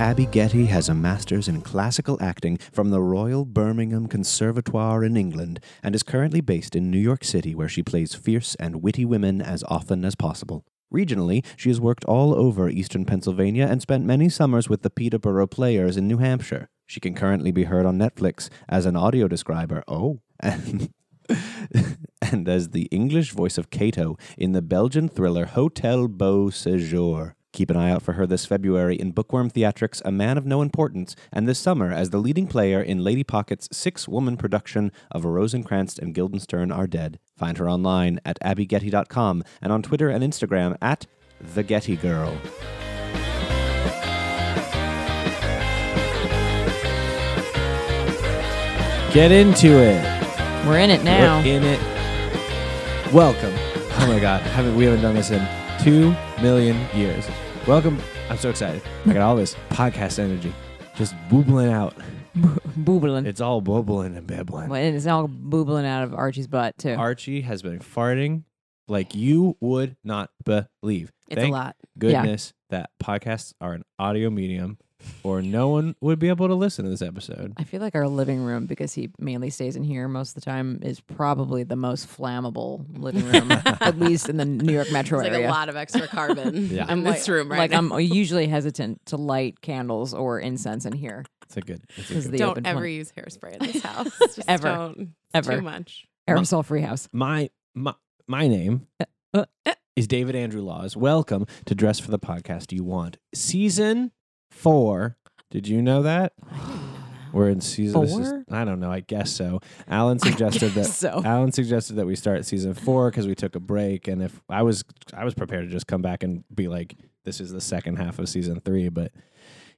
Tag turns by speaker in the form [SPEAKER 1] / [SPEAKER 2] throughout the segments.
[SPEAKER 1] Abby Getty has a master's in classical acting from the Royal Birmingham Conservatoire in England and is currently based in New York City, where she plays fierce and witty women as often as possible. Regionally, she has worked all over eastern Pennsylvania and spent many summers with the Peterborough Players in New Hampshire. She can currently be heard on Netflix as an audio describer. Oh. And and as the English voice of Cato in the Belgian thriller Hotel Beau Séjour. Keep an eye out for her this February in Bookworm Theatrics' A Man of No Importance, and this summer as the leading player in Lady Pocket's six woman production of Rosencrantz and Guildenstern Are Dead. Find her online at abbygetty.com and on Twitter and Instagram at The Getty Girl.
[SPEAKER 2] Get into it.
[SPEAKER 3] We're in it now.
[SPEAKER 2] We're in it. Welcome. Oh my God, haven't we haven't done this in two million years? Welcome. I'm so excited. I got all this podcast energy, just boobling out.
[SPEAKER 3] Boobling.
[SPEAKER 2] It's all bubbling and bibbling.
[SPEAKER 3] Well, and it's all boobling out of Archie's butt too.
[SPEAKER 2] Archie has been farting like you would not believe.
[SPEAKER 3] it's
[SPEAKER 2] Thank
[SPEAKER 3] a lot.
[SPEAKER 2] goodness that podcasts are an audio medium, or no one would be able to listen to this episode.
[SPEAKER 3] I feel like our living room, because he mainly stays in here most of the time, is probably the most flammable living room, at least in the New York metro
[SPEAKER 4] It's like
[SPEAKER 3] area.
[SPEAKER 4] a lot of extra carbon
[SPEAKER 2] Yeah.
[SPEAKER 4] in this room right
[SPEAKER 3] like
[SPEAKER 4] now.
[SPEAKER 3] I'm usually hesitant to light candles or incense in here
[SPEAKER 2] It's a good. It's a
[SPEAKER 3] because
[SPEAKER 2] good.
[SPEAKER 3] the
[SPEAKER 4] don't
[SPEAKER 3] open
[SPEAKER 4] ever
[SPEAKER 3] flame-
[SPEAKER 4] use hairspray in this house. Just
[SPEAKER 3] Ever.
[SPEAKER 4] Don't. It's
[SPEAKER 3] Ever.
[SPEAKER 4] Too much.
[SPEAKER 3] aerosol free house.
[SPEAKER 2] my my my name
[SPEAKER 3] uh,
[SPEAKER 2] is David Andrew Laws. Welcome to Dress for the Podcast You Want. Season four. Did you know that? We're in season this is-
[SPEAKER 3] Four?
[SPEAKER 2] I don't know. I guess so. Alan suggested that
[SPEAKER 3] So
[SPEAKER 2] Alan suggested that we start season four because we took a break, and if I was I was prepared to just come back and be like, this is the second half of season three, but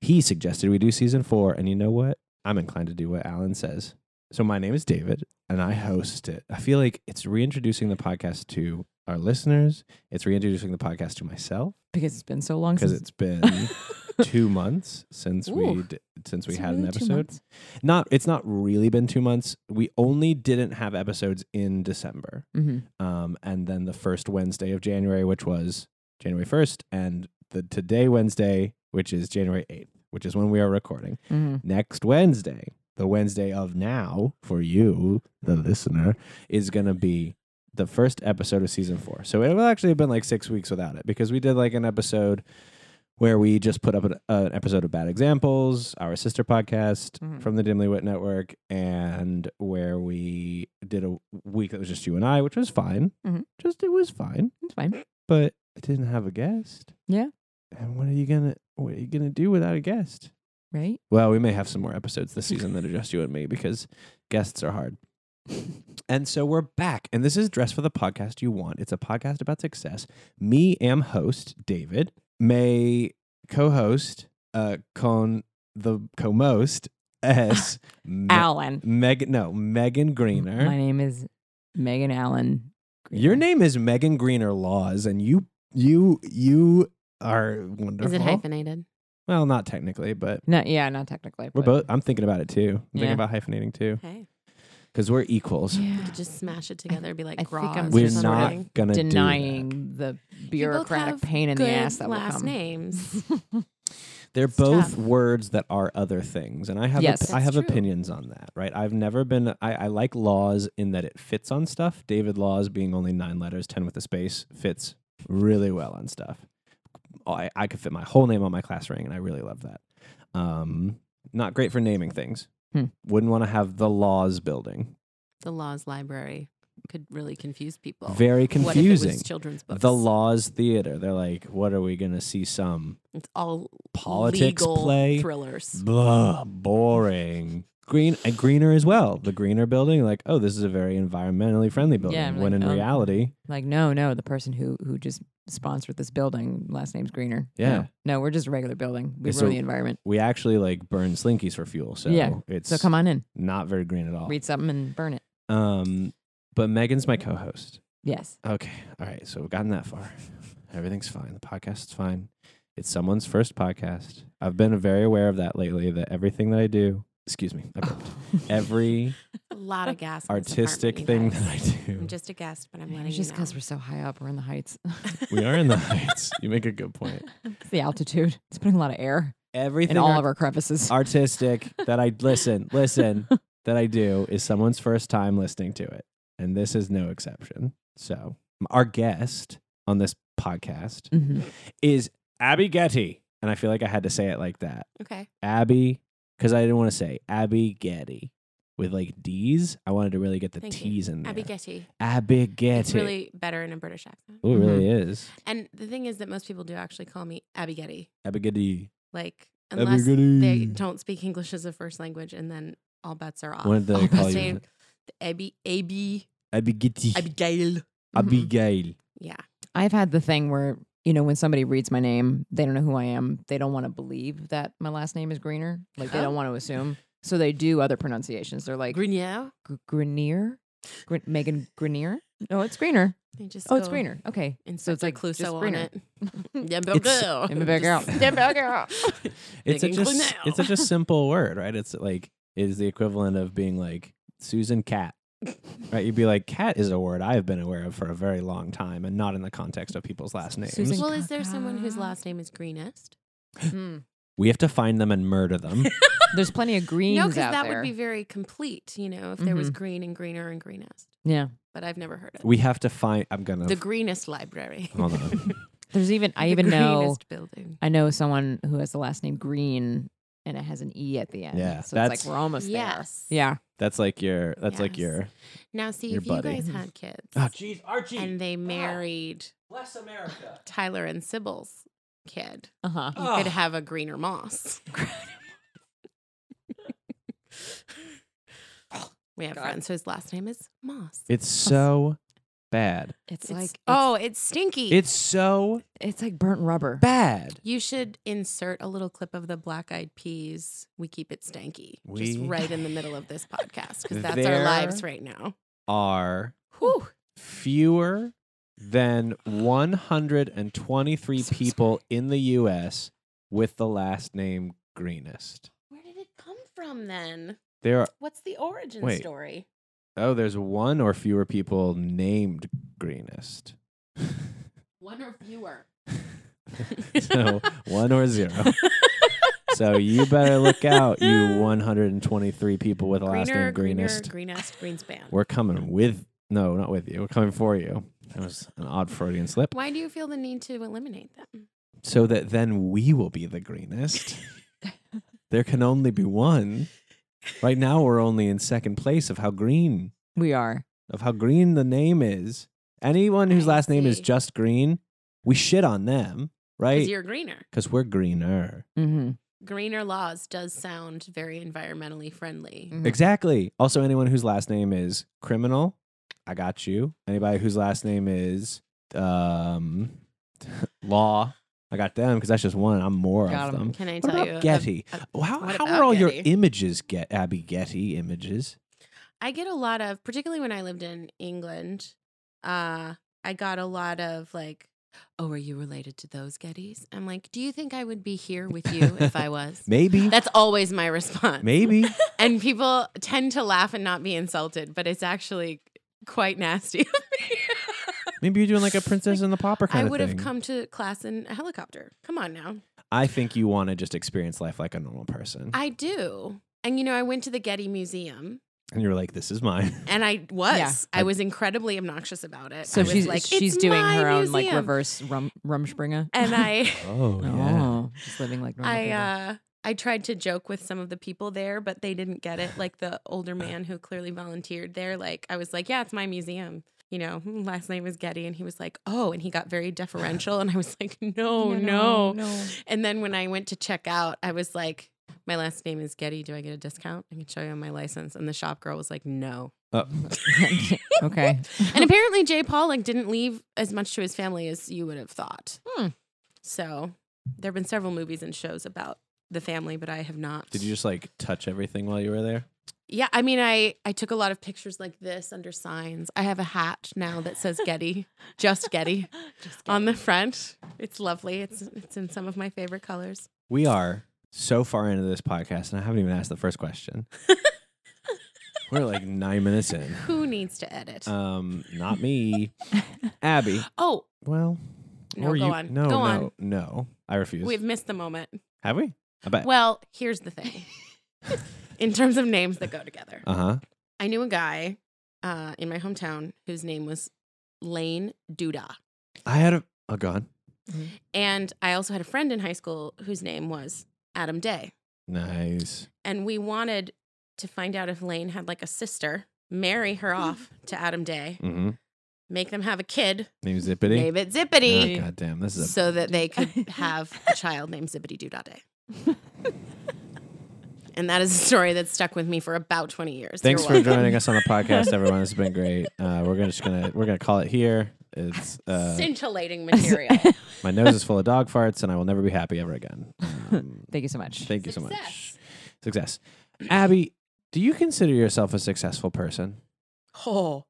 [SPEAKER 2] he suggested we do season four, and you know what? I'm inclined to do what Alan says. So my name is David, and I host it. I feel like it's reintroducing the podcast to our listeners. It's reintroducing the podcast to myself
[SPEAKER 3] because it's been so long
[SPEAKER 2] because
[SPEAKER 3] since
[SPEAKER 2] it's been two months since we
[SPEAKER 4] Ooh.
[SPEAKER 2] d- since we
[SPEAKER 3] It's
[SPEAKER 2] had an
[SPEAKER 3] really two
[SPEAKER 2] episode
[SPEAKER 3] months.
[SPEAKER 2] not it's not really been two months we only didn't have episodes in december
[SPEAKER 3] Mhm.
[SPEAKER 2] um, and then the first wednesday of january which was january 1st and the today wednesday which is january 8th which is when we are recording
[SPEAKER 3] Mhm.
[SPEAKER 2] next wednesday the wednesday of now for you the listener is going to be the first episode of season four so it will actually have been like six weeks without it because we did like an episode where we just put up an, an episode of Bad Examples, our sister podcast
[SPEAKER 3] Mhm.
[SPEAKER 2] from the Dimly Wit Network, and where we did a week that was just you and I, which was fine.
[SPEAKER 3] Mhm.
[SPEAKER 2] Just it was fine,
[SPEAKER 3] It's fine.
[SPEAKER 2] but I didn't have a guest.
[SPEAKER 3] Yeah.
[SPEAKER 2] And what are you gonna what are you gonna do without a guest?
[SPEAKER 3] Right?
[SPEAKER 2] Well, we may have some more episodes this season that are just you and me because guests are hard. And so we're back, and this is Dress for the Podcast You Want. It's a podcast about success. Me am host, David. May co host, uh, con the co most, S. Me-
[SPEAKER 3] Alan.
[SPEAKER 2] Megan, no, Megan Greener.
[SPEAKER 3] My name is Megan Allen. Greener.
[SPEAKER 2] Your name is Megan Greener Laws, and you, you, you are
[SPEAKER 4] Is
[SPEAKER 2] wonderful.
[SPEAKER 4] it hyphenated?
[SPEAKER 2] Well, not technically, but
[SPEAKER 3] No, yeah, not technically.
[SPEAKER 2] we're
[SPEAKER 3] but-
[SPEAKER 2] both, I'm thinking about it too. I'm thinking
[SPEAKER 3] Yeah.
[SPEAKER 2] about hyphenating too
[SPEAKER 4] Hey,
[SPEAKER 2] because we're equals.
[SPEAKER 4] we
[SPEAKER 3] Yeah.
[SPEAKER 4] could just smash it together. and Be like,
[SPEAKER 3] I think
[SPEAKER 4] Groz
[SPEAKER 3] I'm
[SPEAKER 4] or
[SPEAKER 2] We're
[SPEAKER 3] just
[SPEAKER 2] not
[SPEAKER 4] something.
[SPEAKER 2] gonna do that.
[SPEAKER 3] denying the bureaucratic
[SPEAKER 4] have
[SPEAKER 3] pain in
[SPEAKER 4] Good
[SPEAKER 3] the ass that will
[SPEAKER 4] last
[SPEAKER 3] come.
[SPEAKER 4] names.
[SPEAKER 2] They're
[SPEAKER 4] It's
[SPEAKER 2] both
[SPEAKER 4] tough.
[SPEAKER 2] words that are other things, and I have
[SPEAKER 3] Yes.
[SPEAKER 2] op- I
[SPEAKER 4] That's
[SPEAKER 2] have
[SPEAKER 4] true.
[SPEAKER 2] opinions on that. Right? I've never been. I, I like laws in that it fits on stuff. David Laws being only nine letters, ten with a space, fits really well on stuff. I I could fit my whole name on my class ring, and I really love that. Um, not great for naming things.
[SPEAKER 3] Hmm.
[SPEAKER 2] Wouldn't want to have the laws building.
[SPEAKER 4] the laws library could really confuse people.
[SPEAKER 2] Very
[SPEAKER 4] What if it
[SPEAKER 2] confusing.
[SPEAKER 4] was children's books?
[SPEAKER 2] The laws theater. They're like, what are we gonna see? Some
[SPEAKER 4] It's all
[SPEAKER 2] politics
[SPEAKER 4] legal
[SPEAKER 2] play.
[SPEAKER 4] thrillers.
[SPEAKER 2] Blah, boring. Green and greener as well. The greener building, like, oh, this is a very environmentally friendly building.
[SPEAKER 3] I'm
[SPEAKER 2] when
[SPEAKER 3] like,
[SPEAKER 2] in
[SPEAKER 3] oh.
[SPEAKER 2] reality,
[SPEAKER 3] Like, no, no, the person who who just sponsored this building, last name's Greener. No,
[SPEAKER 2] Yeah.
[SPEAKER 3] No, we're just a regular building. We
[SPEAKER 2] Yeah,
[SPEAKER 3] ruin
[SPEAKER 2] so-
[SPEAKER 3] the environment.
[SPEAKER 2] we actually like burn slinkies for fuel. So
[SPEAKER 3] Yeah.
[SPEAKER 2] it's
[SPEAKER 3] So come on in,
[SPEAKER 2] not very green at all.
[SPEAKER 3] read something and burn it.
[SPEAKER 2] Um but Megan's my co host.
[SPEAKER 3] Yes.
[SPEAKER 2] Okay. All right. So we've gotten that far. Everything's fine. The podcast's fine. It's someone's first podcast. I've been very aware of that lately that everything that I do excuse me. I burped. Every
[SPEAKER 4] A lot of gas. in this
[SPEAKER 2] artistic
[SPEAKER 4] apartment,
[SPEAKER 2] thing
[SPEAKER 4] you
[SPEAKER 2] that I
[SPEAKER 4] guys.
[SPEAKER 2] do.
[SPEAKER 4] I'm just aghast, but I'm letting
[SPEAKER 3] It's just
[SPEAKER 4] you
[SPEAKER 3] because
[SPEAKER 4] know.
[SPEAKER 3] we're so high up, we're in the heights.
[SPEAKER 2] we are in the heights. You make a good point.
[SPEAKER 3] it's the altitude. It's putting a lot of air.
[SPEAKER 2] everything
[SPEAKER 3] in all
[SPEAKER 2] art-
[SPEAKER 3] of our crevices.
[SPEAKER 2] artistic that I listen, listen, that I do is someone's first time listening to it. And this is no exception. So, um, our guest on this podcast
[SPEAKER 3] Mhm.
[SPEAKER 2] is Abby Getty. And I feel like I had to say it like that.
[SPEAKER 4] Okay.
[SPEAKER 2] Abby, because I didn't want to say Abby Getty with like D's. I wanted to really get the
[SPEAKER 4] Thank you.
[SPEAKER 2] T's in there.
[SPEAKER 4] Abby Getty.
[SPEAKER 2] Abby Getty.
[SPEAKER 4] It's really Mm-hmm. better in a British accent.
[SPEAKER 2] Ooh, it really is.
[SPEAKER 4] And the thing is that most people do actually call me Abby Getty.
[SPEAKER 2] Abby Getty.
[SPEAKER 4] Like,
[SPEAKER 2] Abby
[SPEAKER 4] unless they
[SPEAKER 2] Getty.
[SPEAKER 4] don't speak English as a first language, and then all bets are off.
[SPEAKER 2] What did they
[SPEAKER 4] All
[SPEAKER 2] call
[SPEAKER 4] bets
[SPEAKER 2] you?
[SPEAKER 4] are- the Abby, Abby,
[SPEAKER 2] Abby Getty.
[SPEAKER 4] Abigail.
[SPEAKER 2] Abigail.
[SPEAKER 4] Yeah.
[SPEAKER 3] I've had the thing where you know when somebody reads my name, they don't know who I am. They don't want to believe that my last name is Greener. Like they
[SPEAKER 4] Oh.
[SPEAKER 3] don't want to assume. So they do other pronunciations. They're like
[SPEAKER 4] Grenier.
[SPEAKER 3] Gr- Grenier, Gr- Megan Grenier. No, it's Greener.
[SPEAKER 4] They just
[SPEAKER 3] Oh, it's
[SPEAKER 4] go
[SPEAKER 3] Greener. Okay,
[SPEAKER 4] Inspector
[SPEAKER 3] so it's like
[SPEAKER 4] Clouseau
[SPEAKER 3] just
[SPEAKER 4] on
[SPEAKER 3] Greener.
[SPEAKER 4] it.
[SPEAKER 2] It's-
[SPEAKER 4] Yeah,
[SPEAKER 3] Get back out.
[SPEAKER 4] Get back out.
[SPEAKER 2] It's such,
[SPEAKER 4] Making
[SPEAKER 2] a,
[SPEAKER 4] glue
[SPEAKER 2] s-
[SPEAKER 4] now.
[SPEAKER 2] it's such a simple word, right? It's like it is the equivalent of being like Susan Cat. Right? You'd be like, cat is a word I've been aware of for a very long time and not in the context of people's last names.
[SPEAKER 3] Susan-
[SPEAKER 4] Well, is there someone whose
[SPEAKER 3] Caca.
[SPEAKER 4] last name is Greenest?
[SPEAKER 3] Mm.
[SPEAKER 2] we have to find them and murder them.
[SPEAKER 3] There's plenty of greens
[SPEAKER 4] no,
[SPEAKER 3] out
[SPEAKER 4] because that
[SPEAKER 3] there. Mm-hmm.
[SPEAKER 4] would be very complete, you know, if there was green and greener and greenest.
[SPEAKER 3] yeah.
[SPEAKER 4] But I've never heard of
[SPEAKER 2] we have to find I'm gonna
[SPEAKER 4] the greenest library.
[SPEAKER 2] hold on.
[SPEAKER 3] There's even I
[SPEAKER 4] The
[SPEAKER 3] even know
[SPEAKER 4] greenest building.
[SPEAKER 3] I know someone who has the last name Green and it has an e at the end.
[SPEAKER 2] Yeah,
[SPEAKER 3] so
[SPEAKER 2] that's-
[SPEAKER 3] it's like we're almost
[SPEAKER 4] Yes.
[SPEAKER 3] there. Yeah.
[SPEAKER 2] That's like your that's like
[SPEAKER 4] Yes.
[SPEAKER 2] your
[SPEAKER 4] Now, see
[SPEAKER 2] Your
[SPEAKER 4] if
[SPEAKER 2] buddy.
[SPEAKER 4] you guys had kids
[SPEAKER 2] Oh jeez, Archie
[SPEAKER 4] and they married
[SPEAKER 2] Bless America.
[SPEAKER 4] Tyler and Sybil's kid,
[SPEAKER 3] Uh huh.
[SPEAKER 4] you could have a greener moss. we have
[SPEAKER 3] God.
[SPEAKER 4] friends whose last name is Moss.
[SPEAKER 2] It's so bad.
[SPEAKER 3] It's,
[SPEAKER 4] like,
[SPEAKER 3] like
[SPEAKER 4] oh, it's stinky.
[SPEAKER 2] It's so
[SPEAKER 3] it's like burnt rubber.
[SPEAKER 2] bad.
[SPEAKER 4] You should insert a little clip of the Black Eyed Peas. We keep it stanky, just
[SPEAKER 2] We-
[SPEAKER 4] right in the middle of this podcast because that's
[SPEAKER 2] There-
[SPEAKER 4] our lives right now.
[SPEAKER 2] Are
[SPEAKER 4] Whew.
[SPEAKER 2] fewer than 123 people in the US with the last name Greenest.
[SPEAKER 4] Where did it come from then?
[SPEAKER 2] There are
[SPEAKER 4] What's the origin
[SPEAKER 2] Wait.
[SPEAKER 4] story?
[SPEAKER 2] oh, there's one or fewer people named Greenest.
[SPEAKER 4] One or fewer.
[SPEAKER 2] so one or zero. So you better look out, you 123 people with the last
[SPEAKER 4] greener,
[SPEAKER 2] name Greenest.
[SPEAKER 4] greener, greenest, greenspan.
[SPEAKER 2] We're coming with no, not with you. We're coming for you. That was an odd Freudian slip.
[SPEAKER 4] Why do you feel the need to eliminate them?
[SPEAKER 2] so that then we will be the greenest. there can only be one. Right now, we're only in second place of how green
[SPEAKER 3] We are.
[SPEAKER 2] of how green the name is. Anyone whose
[SPEAKER 4] I
[SPEAKER 2] last name is
[SPEAKER 4] see.
[SPEAKER 2] just green, we shit on them,
[SPEAKER 4] Because
[SPEAKER 2] right?
[SPEAKER 4] you're greener.
[SPEAKER 2] Because we're greener.
[SPEAKER 3] Mm-hmm.
[SPEAKER 4] Greener laws does sound very environmentally
[SPEAKER 2] Mm.
[SPEAKER 4] friendly.
[SPEAKER 2] Mm-hmm.
[SPEAKER 3] Mhm.
[SPEAKER 2] Exactly. Also, anyone whose last name is criminal, I got you. Anybody whose last name is um, law, I got them because that's just one. I'm more
[SPEAKER 3] Got
[SPEAKER 2] of
[SPEAKER 3] 'em.
[SPEAKER 2] them.
[SPEAKER 4] Can I
[SPEAKER 2] What
[SPEAKER 4] tell
[SPEAKER 2] about
[SPEAKER 4] you? um, uh, a-
[SPEAKER 2] Getty?
[SPEAKER 4] a-
[SPEAKER 2] Well, how
[SPEAKER 4] What
[SPEAKER 2] how
[SPEAKER 4] about
[SPEAKER 2] are all your
[SPEAKER 4] Getty?
[SPEAKER 2] images get Abby Getty images?
[SPEAKER 4] I get a lot of, particularly when I lived in England, uh, I got a lot of like, oh, are you related to those Gettys? I'm like, do you think I would be here with you if I was?
[SPEAKER 2] Maybe,
[SPEAKER 4] That's always my response.
[SPEAKER 2] maybe.
[SPEAKER 4] And people tend to laugh and not be insulted, but it's actually quite nasty.
[SPEAKER 2] Maybe you're doing like a Princess and the Pauper
[SPEAKER 4] I
[SPEAKER 2] kind of
[SPEAKER 4] would
[SPEAKER 2] thing.
[SPEAKER 4] have come to class in a helicopter. Come on now.
[SPEAKER 2] I think you want to just experience life like a normal person.
[SPEAKER 4] I do. And you know, I went to the Getty Museum
[SPEAKER 2] and you're like, this is mine.
[SPEAKER 4] and I was.
[SPEAKER 3] Yeah.
[SPEAKER 4] I was incredibly obnoxious about it.
[SPEAKER 3] So
[SPEAKER 4] I was
[SPEAKER 3] she's
[SPEAKER 4] like,
[SPEAKER 3] she's
[SPEAKER 4] "It's
[SPEAKER 3] doing
[SPEAKER 4] my
[SPEAKER 3] her own like
[SPEAKER 4] museum."
[SPEAKER 3] reverse rum rumspringer.
[SPEAKER 4] And I
[SPEAKER 2] Oh,
[SPEAKER 3] Oh, just living like normal.
[SPEAKER 4] I
[SPEAKER 3] people.
[SPEAKER 4] uh I tried to joke with some of the people there, but they didn't get it. Like the older man who clearly volunteered there, like I was like, "Yeah, it's my museum." You know, last name is Getty, and he was like, "Oh," and he got very deferential, and I was like,
[SPEAKER 2] Oh,
[SPEAKER 4] "No, no."
[SPEAKER 3] no.
[SPEAKER 4] And then when I went to check out, I was like, "My last name is Getty. Do I get a discount? I can show you on my license." And the shop girl was like, "No."
[SPEAKER 2] Oh. Uh,
[SPEAKER 3] okay.
[SPEAKER 4] And apparently, Jay Paul like didn't leave as much to his family as you would have thought.
[SPEAKER 3] Hmm.
[SPEAKER 4] So there have been several movies and shows about the family, but I have not.
[SPEAKER 2] Did you just like touch everything while you were there?
[SPEAKER 4] Yeah, I mean, I I took a lot of pictures like this under signs. I have a hat now that says Getty, just Getty,
[SPEAKER 3] Um,
[SPEAKER 4] on the front. It's lovely. It's it's in some of my favorite colors.
[SPEAKER 2] We are so far into this podcast, and I haven't even asked the first question. We're like nine minutes in.
[SPEAKER 4] Who needs to edit?
[SPEAKER 2] Um, not me, Abby.
[SPEAKER 4] oh,
[SPEAKER 2] Well,
[SPEAKER 4] No,
[SPEAKER 2] or
[SPEAKER 4] go
[SPEAKER 2] you-
[SPEAKER 4] on.
[SPEAKER 2] No,
[SPEAKER 4] Go
[SPEAKER 2] no,
[SPEAKER 4] on.
[SPEAKER 2] no. I refuse.
[SPEAKER 4] we've missed the moment.
[SPEAKER 2] Have we? I bet.
[SPEAKER 4] Well, here's the thing. in terms of names that go together,
[SPEAKER 2] Uh huh.
[SPEAKER 4] I knew a guy uh, in my hometown whose name was Lane Duda.
[SPEAKER 2] I had a. Oh, gone.
[SPEAKER 4] And I also had a friend in high school whose name was Adam Day.
[SPEAKER 2] Nice.
[SPEAKER 4] And we wanted to find out if Lane had like a sister, marry her
[SPEAKER 2] Hmm.
[SPEAKER 4] off to Adam Day,
[SPEAKER 2] Mm-hmm.
[SPEAKER 4] make them have a kid,
[SPEAKER 2] Name Zippity.
[SPEAKER 4] name it
[SPEAKER 2] Oh,
[SPEAKER 4] Zippity,
[SPEAKER 2] God damn. This is a.
[SPEAKER 4] so that they could have a child named Zippity Doodah Day. and that is a story that stuck with me for about 20 years.
[SPEAKER 2] Thanks
[SPEAKER 4] You're
[SPEAKER 2] for
[SPEAKER 4] welcome.
[SPEAKER 2] joining us on the podcast, everyone. It's been great. Uh, we're gonna, just gonna we're gonna call it here. It's uh,
[SPEAKER 4] Scintillating material.
[SPEAKER 2] my nose is full of dog farts, and I will never be happy ever again. Um,
[SPEAKER 3] Thank you so much.
[SPEAKER 2] thank you so much.
[SPEAKER 4] Success.
[SPEAKER 2] Success. Abby, do you consider yourself a successful person?
[SPEAKER 4] oh,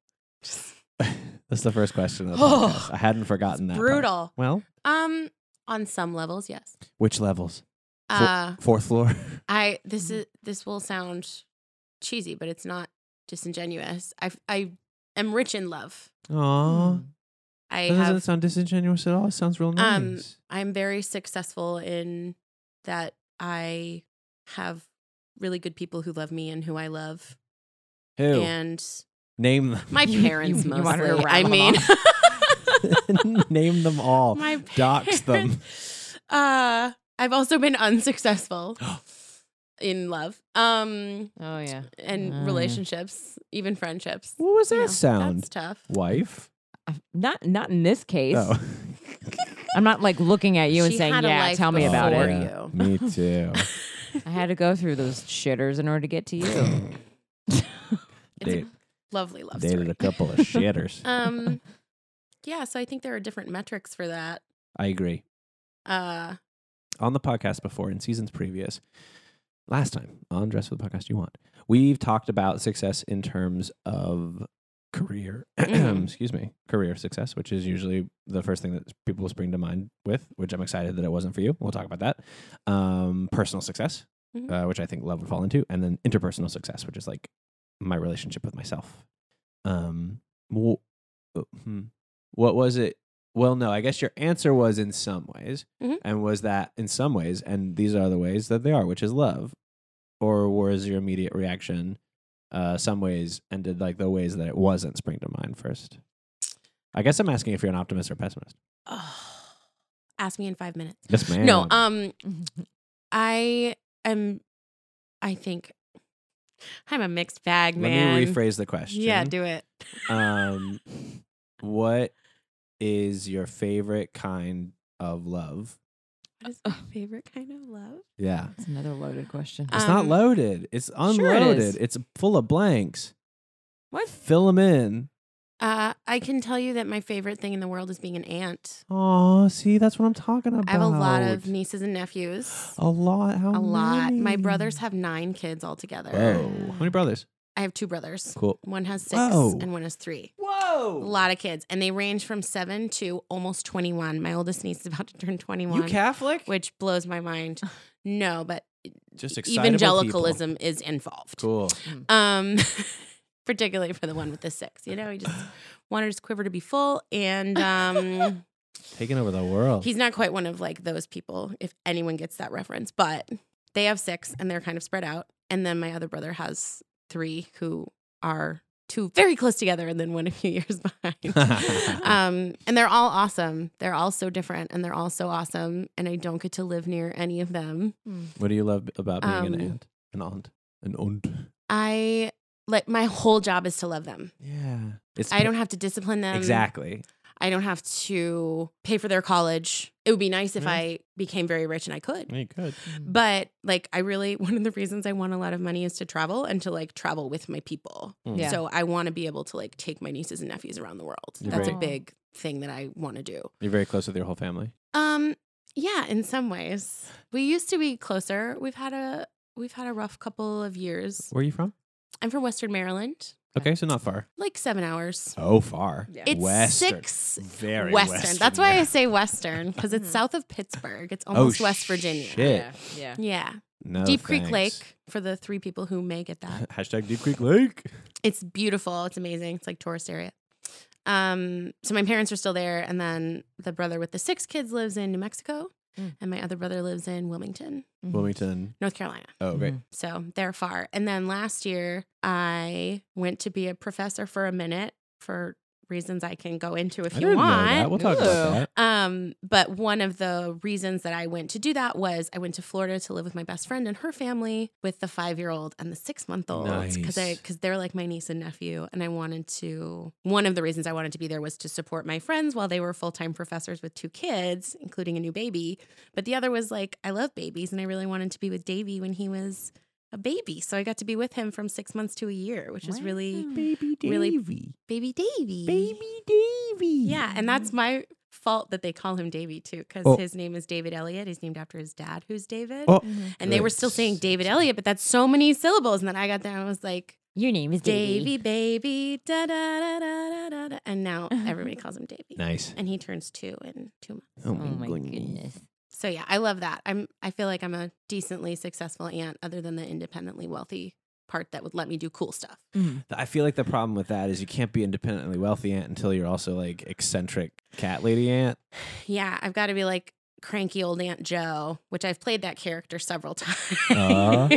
[SPEAKER 2] That's the first question. Of the
[SPEAKER 4] Oh,
[SPEAKER 2] podcast. I hadn't forgotten that. part.
[SPEAKER 4] brutal.
[SPEAKER 2] Well,
[SPEAKER 4] Um, on some levels, yes.
[SPEAKER 2] which levels? Full-
[SPEAKER 4] Uh,
[SPEAKER 2] Fourth floor.
[SPEAKER 4] I this
[SPEAKER 2] Mm-hmm.
[SPEAKER 4] is this will sound cheesy, but it's not disingenuous. I I am rich in love.
[SPEAKER 2] Aw,
[SPEAKER 4] I
[SPEAKER 2] that doesn't
[SPEAKER 4] have
[SPEAKER 2] sound disingenuous at all. It sounds real nice.
[SPEAKER 4] Um, I'm very successful in that I have really good people who love me and who I love
[SPEAKER 2] Who
[SPEAKER 4] and
[SPEAKER 2] name them?
[SPEAKER 4] my
[SPEAKER 3] You-
[SPEAKER 4] parents
[SPEAKER 3] you- you wanted to
[SPEAKER 4] mostly. I
[SPEAKER 3] rattle them
[SPEAKER 4] mean
[SPEAKER 2] name them all.
[SPEAKER 4] my
[SPEAKER 2] Dox them.
[SPEAKER 4] parents- Uh I've also been unsuccessful in love. Um
[SPEAKER 3] Oh yeah.
[SPEAKER 4] and
[SPEAKER 3] Oh, yeah.
[SPEAKER 4] relationships, even friendships.
[SPEAKER 2] Mm. What was that
[SPEAKER 4] You know,
[SPEAKER 2] sound?
[SPEAKER 4] That's tough.
[SPEAKER 2] Wife.
[SPEAKER 3] Uh, Not not in this case.
[SPEAKER 2] Oh,
[SPEAKER 3] I'm not like looking at you and
[SPEAKER 4] She
[SPEAKER 3] saying,
[SPEAKER 4] had a
[SPEAKER 3] "Yeah,
[SPEAKER 4] life
[SPEAKER 3] tell me about
[SPEAKER 4] before
[SPEAKER 3] it."
[SPEAKER 4] you.
[SPEAKER 2] Me too.
[SPEAKER 3] I had to go through those shitters in order to get to you.
[SPEAKER 4] It's
[SPEAKER 2] Date-
[SPEAKER 4] a lovely love
[SPEAKER 2] Dated
[SPEAKER 4] story.
[SPEAKER 2] a couple of shitters.
[SPEAKER 4] um yeah, so I think there are different metrics for that.
[SPEAKER 2] I agree.
[SPEAKER 4] Uh
[SPEAKER 2] on the podcast before in seasons previous, last time on Dress for the Podcast You Want, we've talked about success in terms of career,
[SPEAKER 4] Mhm.
[SPEAKER 2] excuse me, career success, which is usually the first thing that people spring to mind with, which I'm excited that it wasn't for you. We'll talk about that. Um, personal success,
[SPEAKER 4] Mhm.
[SPEAKER 2] uh, which I think love would fall into, and then interpersonal success, which is like my relationship with myself. Um, wh- uh, hmm. what was it? Well, no, I guess your answer was in some ways,
[SPEAKER 4] Mhm.
[SPEAKER 2] and was that in some ways, and these are the ways that they are, which is love, or was your immediate reaction, uh, some ways, and did like the ways that it wasn't spring to mind first? I guess I'm asking if you're an optimist or pessimist.
[SPEAKER 4] oh, ask me in 5 minutes.
[SPEAKER 2] Yes, ma'am.
[SPEAKER 4] No, um I am I think I'm a mixed bag,
[SPEAKER 2] Let
[SPEAKER 4] man.
[SPEAKER 2] me rephrase the question.
[SPEAKER 4] Yeah, do it.
[SPEAKER 2] um what is your favorite kind of love
[SPEAKER 4] What is my favorite kind of love?
[SPEAKER 2] yeah
[SPEAKER 3] It's another loaded question.
[SPEAKER 2] it's not
[SPEAKER 4] Um,
[SPEAKER 2] loaded it's
[SPEAKER 3] it
[SPEAKER 2] unloaded
[SPEAKER 3] is.
[SPEAKER 2] it's full of blanks
[SPEAKER 3] What?
[SPEAKER 2] fill them in
[SPEAKER 4] Uh, I can tell you that my favorite thing in the world is being an aunt.
[SPEAKER 2] oh see that's what i'm talking about
[SPEAKER 4] I have a lot of nieces and nephews.
[SPEAKER 2] a lot how
[SPEAKER 4] a lot. My
[SPEAKER 2] many?
[SPEAKER 4] brothers have nine kids altogether.
[SPEAKER 2] whoa how many brothers
[SPEAKER 4] I have two brothers.
[SPEAKER 2] cool
[SPEAKER 4] One has six
[SPEAKER 2] Whoa.
[SPEAKER 4] and one has three.
[SPEAKER 2] whoa
[SPEAKER 4] A lot of kids, and they range from seven to almost twenty-one. My oldest niece is about to turn twenty-one,
[SPEAKER 2] catholic
[SPEAKER 4] which blows my mind. No, but
[SPEAKER 2] just excitable
[SPEAKER 4] e- evangelicalism is involved.
[SPEAKER 2] people. cool
[SPEAKER 4] Um, particularly for the one with the six. You know, he just wanted his quiver to be full, and um,
[SPEAKER 2] taking over the world
[SPEAKER 4] he's not quite one of like those people. If anyone gets that reference, but they have six, and they're kind of spread out. And then my other brother has three, who are two very close together, and then one a few years behind. um, and they're all awesome. They're all so different, and they're all so awesome. And I don't get to live near any of them.
[SPEAKER 2] what do you love about being an
[SPEAKER 4] um,
[SPEAKER 2] aunt an aunt an aunt
[SPEAKER 4] I like my whole job is to love them.
[SPEAKER 2] yeah it's
[SPEAKER 4] I don't have to discipline them.
[SPEAKER 2] exactly
[SPEAKER 4] I don't have to pay for their college. It would be nice if
[SPEAKER 2] Yeah.
[SPEAKER 4] I became very rich and I could.
[SPEAKER 2] you could
[SPEAKER 4] But like I really one of the reasons I want a lot of money is to travel and to like travel with my people.
[SPEAKER 2] Hmm.
[SPEAKER 3] Yeah.
[SPEAKER 4] So I want to be able to like take my nieces and nephews around the world.
[SPEAKER 2] You're
[SPEAKER 4] That's a
[SPEAKER 3] right.
[SPEAKER 4] big thing that I want to do.
[SPEAKER 2] You're very close with your whole family.
[SPEAKER 4] Um yeah, in some ways. We used to be closer. We've had a we've had a rough couple of years.
[SPEAKER 2] Where are you from?
[SPEAKER 4] I'm from Western Maryland,
[SPEAKER 2] Okay, so not far.
[SPEAKER 4] like 7 hours.
[SPEAKER 2] Oh, far.
[SPEAKER 3] Yeah.
[SPEAKER 4] It's
[SPEAKER 2] Western.
[SPEAKER 4] six
[SPEAKER 2] Very
[SPEAKER 4] Western. That's why I
[SPEAKER 2] yeah.
[SPEAKER 4] say Western because it's
[SPEAKER 3] Mhm.
[SPEAKER 4] south of Pittsburgh. It's
[SPEAKER 2] Oh,
[SPEAKER 4] almost West Virginia.
[SPEAKER 2] Shit.
[SPEAKER 3] Yeah.
[SPEAKER 4] Yeah.
[SPEAKER 2] No,
[SPEAKER 4] Deep Creek
[SPEAKER 2] thanks.
[SPEAKER 4] Lake for the three people who may get that.
[SPEAKER 2] Hashtag Deep Creek Lake.
[SPEAKER 4] It's beautiful. It's amazing. It's like tourist area. Um, so my parents are still there, and then the brother with the six kids lives in New Mexico,
[SPEAKER 3] Mm.
[SPEAKER 4] and my other brother lives in Wilmington,
[SPEAKER 3] Mhm.
[SPEAKER 2] Wilmington.
[SPEAKER 4] North Carolina.
[SPEAKER 2] Oh, great.
[SPEAKER 3] Mhm.
[SPEAKER 4] So they're far. And then last year, I went to be a professor for a minute for reasons I can go into if
[SPEAKER 2] I
[SPEAKER 4] you
[SPEAKER 2] didn't
[SPEAKER 4] want.
[SPEAKER 2] know that. We'll talk about
[SPEAKER 3] Ooh.
[SPEAKER 2] that.
[SPEAKER 4] Um, but one of the reasons that I went to do that was I went to Florida to live with my best friend and her family with the five year old and the six month old because I
[SPEAKER 2] Nice.
[SPEAKER 4] because they're like my niece and nephew and I wanted to one of the reasons I wanted to be there was to support my friends while they were full time professors with two kids including a new baby but the other was like I love babies and I really wanted to be with Davey when he was a baby so I got to be with him from six months to a year which is really
[SPEAKER 2] Baby
[SPEAKER 4] Really-
[SPEAKER 2] Davy.
[SPEAKER 4] baby Davey
[SPEAKER 2] Davy.
[SPEAKER 4] yeah, and that's my fault that they call him Davy too, because
[SPEAKER 2] Oh.
[SPEAKER 4] his name is David Elliott. He's named after his dad, who's David.
[SPEAKER 2] Oh,
[SPEAKER 3] Mhm.
[SPEAKER 4] and they were still saying David Elliott, but that's so many syllables. And then I got there and I was like,
[SPEAKER 3] Your name is
[SPEAKER 4] Davy, baby, da da da da da da da. And now everybody calls him Davy.
[SPEAKER 2] Nice.
[SPEAKER 4] And he turns two in two months.
[SPEAKER 3] Oh my goodness.
[SPEAKER 4] So yeah, I love that. I'm I feel like I'm a decently successful aunt, other than the independently wealthy part that would let me do cool stuff.
[SPEAKER 2] I feel like the problem with that is you can't be independently wealthy aunt until you're also like eccentric cat lady aunt.
[SPEAKER 4] Yeah, I've got to be like cranky old Aunt Joe, which I've played that character several times.
[SPEAKER 2] Uh.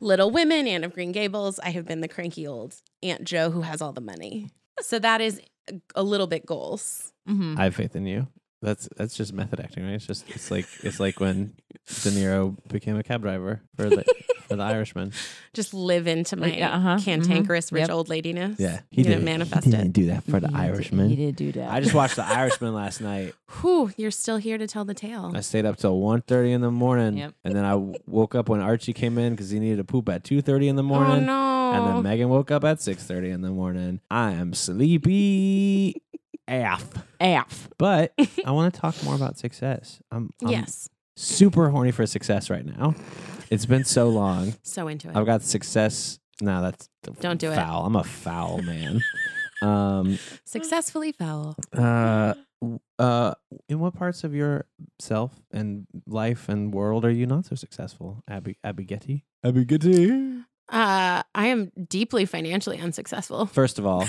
[SPEAKER 4] Little Women, Anne of Green Gables. I have been the cranky old Aunt Joe who has all the money. So that is a- a little bit goals.
[SPEAKER 3] Mhm.
[SPEAKER 2] I have faith in you. That's that's just method acting, right? It's just it's like it's like when De Niro became a cab driver for the for the Irishman.
[SPEAKER 4] Just live into my
[SPEAKER 3] Like, uh-huh, mhm.
[SPEAKER 4] cantankerous rich
[SPEAKER 3] Yep.
[SPEAKER 4] old ladiness.
[SPEAKER 2] he
[SPEAKER 4] You didn't manifest it.
[SPEAKER 2] do that for
[SPEAKER 3] He did- He did do that.
[SPEAKER 2] I just watched the Irishman last night.
[SPEAKER 4] Whew, you're still here to tell the tale.
[SPEAKER 2] I stayed up till 1.30 in the morning,
[SPEAKER 3] Yep.
[SPEAKER 2] and then I w- woke up when Archie came in because he needed to poop at two thirty in the morning.
[SPEAKER 4] oh no.
[SPEAKER 2] And then um, Megan woke up at six thirty in the morning. I am sleepy AF.
[SPEAKER 3] F.
[SPEAKER 2] But I want to talk more about success. I'm, I'm
[SPEAKER 4] yes.
[SPEAKER 2] super horny for success right now. It's been so long.
[SPEAKER 4] So into it.
[SPEAKER 2] I've got success. No, that's
[SPEAKER 4] Don't do it.
[SPEAKER 2] foul. I'm a foul man. um,
[SPEAKER 4] Successfully foul.
[SPEAKER 2] uh, w- uh, in what parts of yourself and life and world are you not so successful, Abby Abigetti? Abigetti.
[SPEAKER 4] Uh, I am deeply financially unsuccessful.
[SPEAKER 2] First of all,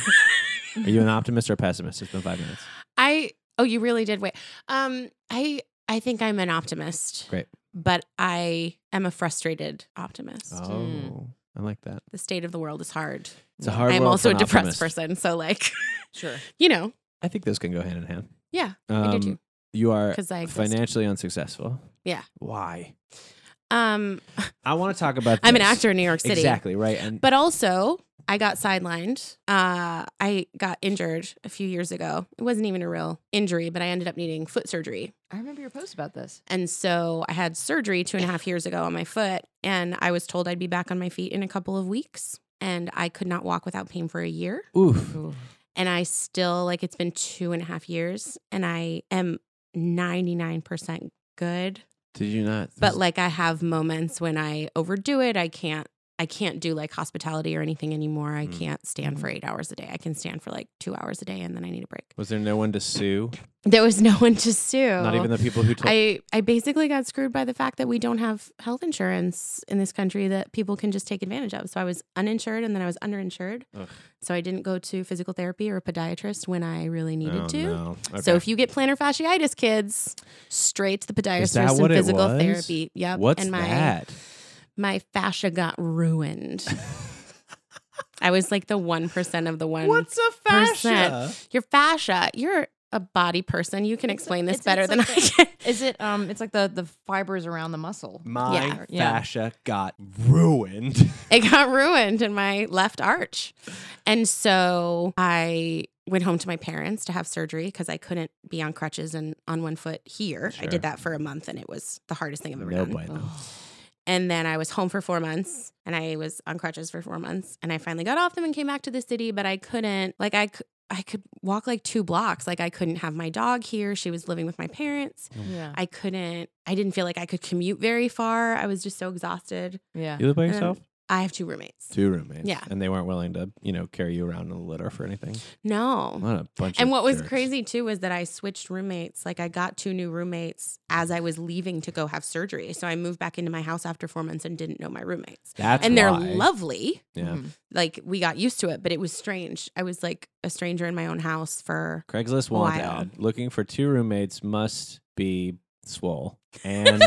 [SPEAKER 2] are you an optimist or a pessimist? It's been five minutes.
[SPEAKER 4] I oh, you really did wait. Um, I I think I'm an optimist.
[SPEAKER 2] Great.
[SPEAKER 4] But I am a frustrated optimist.
[SPEAKER 2] Oh,
[SPEAKER 3] Mm.
[SPEAKER 2] I like that.
[SPEAKER 4] The state of the world is hard.
[SPEAKER 2] It's a hard.
[SPEAKER 4] I am
[SPEAKER 2] world for
[SPEAKER 4] also a
[SPEAKER 2] an
[SPEAKER 4] depressed
[SPEAKER 2] optimist.
[SPEAKER 4] person, so like,
[SPEAKER 3] Sure.
[SPEAKER 4] you know,
[SPEAKER 2] I think those can go hand in hand.
[SPEAKER 4] yeah,
[SPEAKER 2] Um, uh,
[SPEAKER 4] I do too
[SPEAKER 2] You are
[SPEAKER 4] because I exist.
[SPEAKER 2] financially unsuccessful.
[SPEAKER 4] Yeah.
[SPEAKER 2] Why?
[SPEAKER 4] um,
[SPEAKER 2] I want to talk about.
[SPEAKER 4] I'm an
[SPEAKER 2] this.
[SPEAKER 4] actor in New York City.
[SPEAKER 2] Exactly right. And
[SPEAKER 4] But also, I got sidelined. Uh, I got injured a few years ago. It wasn't even a real injury, but I ended up needing foot surgery.
[SPEAKER 3] I remember your post about this.
[SPEAKER 4] And so I had surgery two and a half years ago on my foot, and I was told I'd be back on my feet in a couple of weeks. And I could not walk without pain for a year.
[SPEAKER 2] oof,
[SPEAKER 4] And I still, like, it's been two and a half years, and I am 99% good.
[SPEAKER 2] did you not?
[SPEAKER 4] But, like, I have moments when I overdo it. I can't. I can't do like hospitality or anything anymore. I
[SPEAKER 2] Mm.
[SPEAKER 4] can't stand for eight hours a day. I can stand for like two hours a day and then I need a break.
[SPEAKER 2] was there no one to sue?
[SPEAKER 4] There was no one to sue.
[SPEAKER 2] Not even the people who told.
[SPEAKER 4] I, I basically got screwed by the fact that we don't have health insurance in this country that people can just take advantage of. So I was uninsured and then I was underinsured.
[SPEAKER 2] Ugh.
[SPEAKER 4] So I didn't go to physical therapy or a podiatrist when I really needed
[SPEAKER 2] Oh,
[SPEAKER 4] to.
[SPEAKER 2] no.
[SPEAKER 4] So
[SPEAKER 2] Okay.
[SPEAKER 4] if you get plantar fasciitis, kids, straight to the podiatrist
[SPEAKER 2] that
[SPEAKER 4] and
[SPEAKER 2] what it
[SPEAKER 4] physical
[SPEAKER 2] was?
[SPEAKER 4] therapy. Yep.
[SPEAKER 2] what's
[SPEAKER 4] and my
[SPEAKER 2] that?
[SPEAKER 4] my fascia got ruined. I was like the one percent of the one.
[SPEAKER 2] a
[SPEAKER 4] your fascia? You're a body person. You can
[SPEAKER 3] It's-
[SPEAKER 4] explain this
[SPEAKER 3] it's-
[SPEAKER 4] better
[SPEAKER 3] it's
[SPEAKER 4] than
[SPEAKER 3] like
[SPEAKER 4] I
[SPEAKER 3] the-
[SPEAKER 4] can.
[SPEAKER 3] Is it um it's like the the fibers around the muscle.
[SPEAKER 2] My
[SPEAKER 4] Yeah.
[SPEAKER 3] Yeah.
[SPEAKER 2] fascia got ruined.
[SPEAKER 4] it got ruined in my left arch. And so I went home to my parents to have surgery because I couldn't be on crutches and on one foot here. I
[SPEAKER 2] Sure.
[SPEAKER 4] did that for a month and it was the hardest thing I've ever
[SPEAKER 2] No
[SPEAKER 4] done.
[SPEAKER 2] bueno.
[SPEAKER 4] And then I was home for four months and I was on crutches for four months. And I finally got off them and came back to the city, but I couldn't, like, I, c- I could walk like two blocks. Like, I couldn't have my dog here. She was living with my parents.
[SPEAKER 3] Yeah.
[SPEAKER 4] I couldn't, I didn't feel like I could commute very far. I was just so exhausted.
[SPEAKER 3] Yeah.
[SPEAKER 2] You live by
[SPEAKER 4] And
[SPEAKER 2] yourself?
[SPEAKER 4] I have two roommates.
[SPEAKER 2] Two roommates.
[SPEAKER 4] Uh, Yeah.
[SPEAKER 2] And they weren't willing to, you know, carry you around in a litter for anything.
[SPEAKER 4] No.
[SPEAKER 2] What a bunch of
[SPEAKER 4] And what was
[SPEAKER 2] jerks.
[SPEAKER 4] crazy too was that I switched roommates. Like I got two new roommates as I was leaving to go have surgery. So I moved back into my house after four months and didn't know my roommates.
[SPEAKER 2] That's
[SPEAKER 4] and they're
[SPEAKER 2] why.
[SPEAKER 4] lovely.
[SPEAKER 2] Yeah.
[SPEAKER 3] Mhm.
[SPEAKER 4] Like we got used to it, but it was strange. I was like a stranger in my own house for
[SPEAKER 2] Craigslist want
[SPEAKER 4] Wild.
[SPEAKER 2] ad. Looking for two roommates must be swole and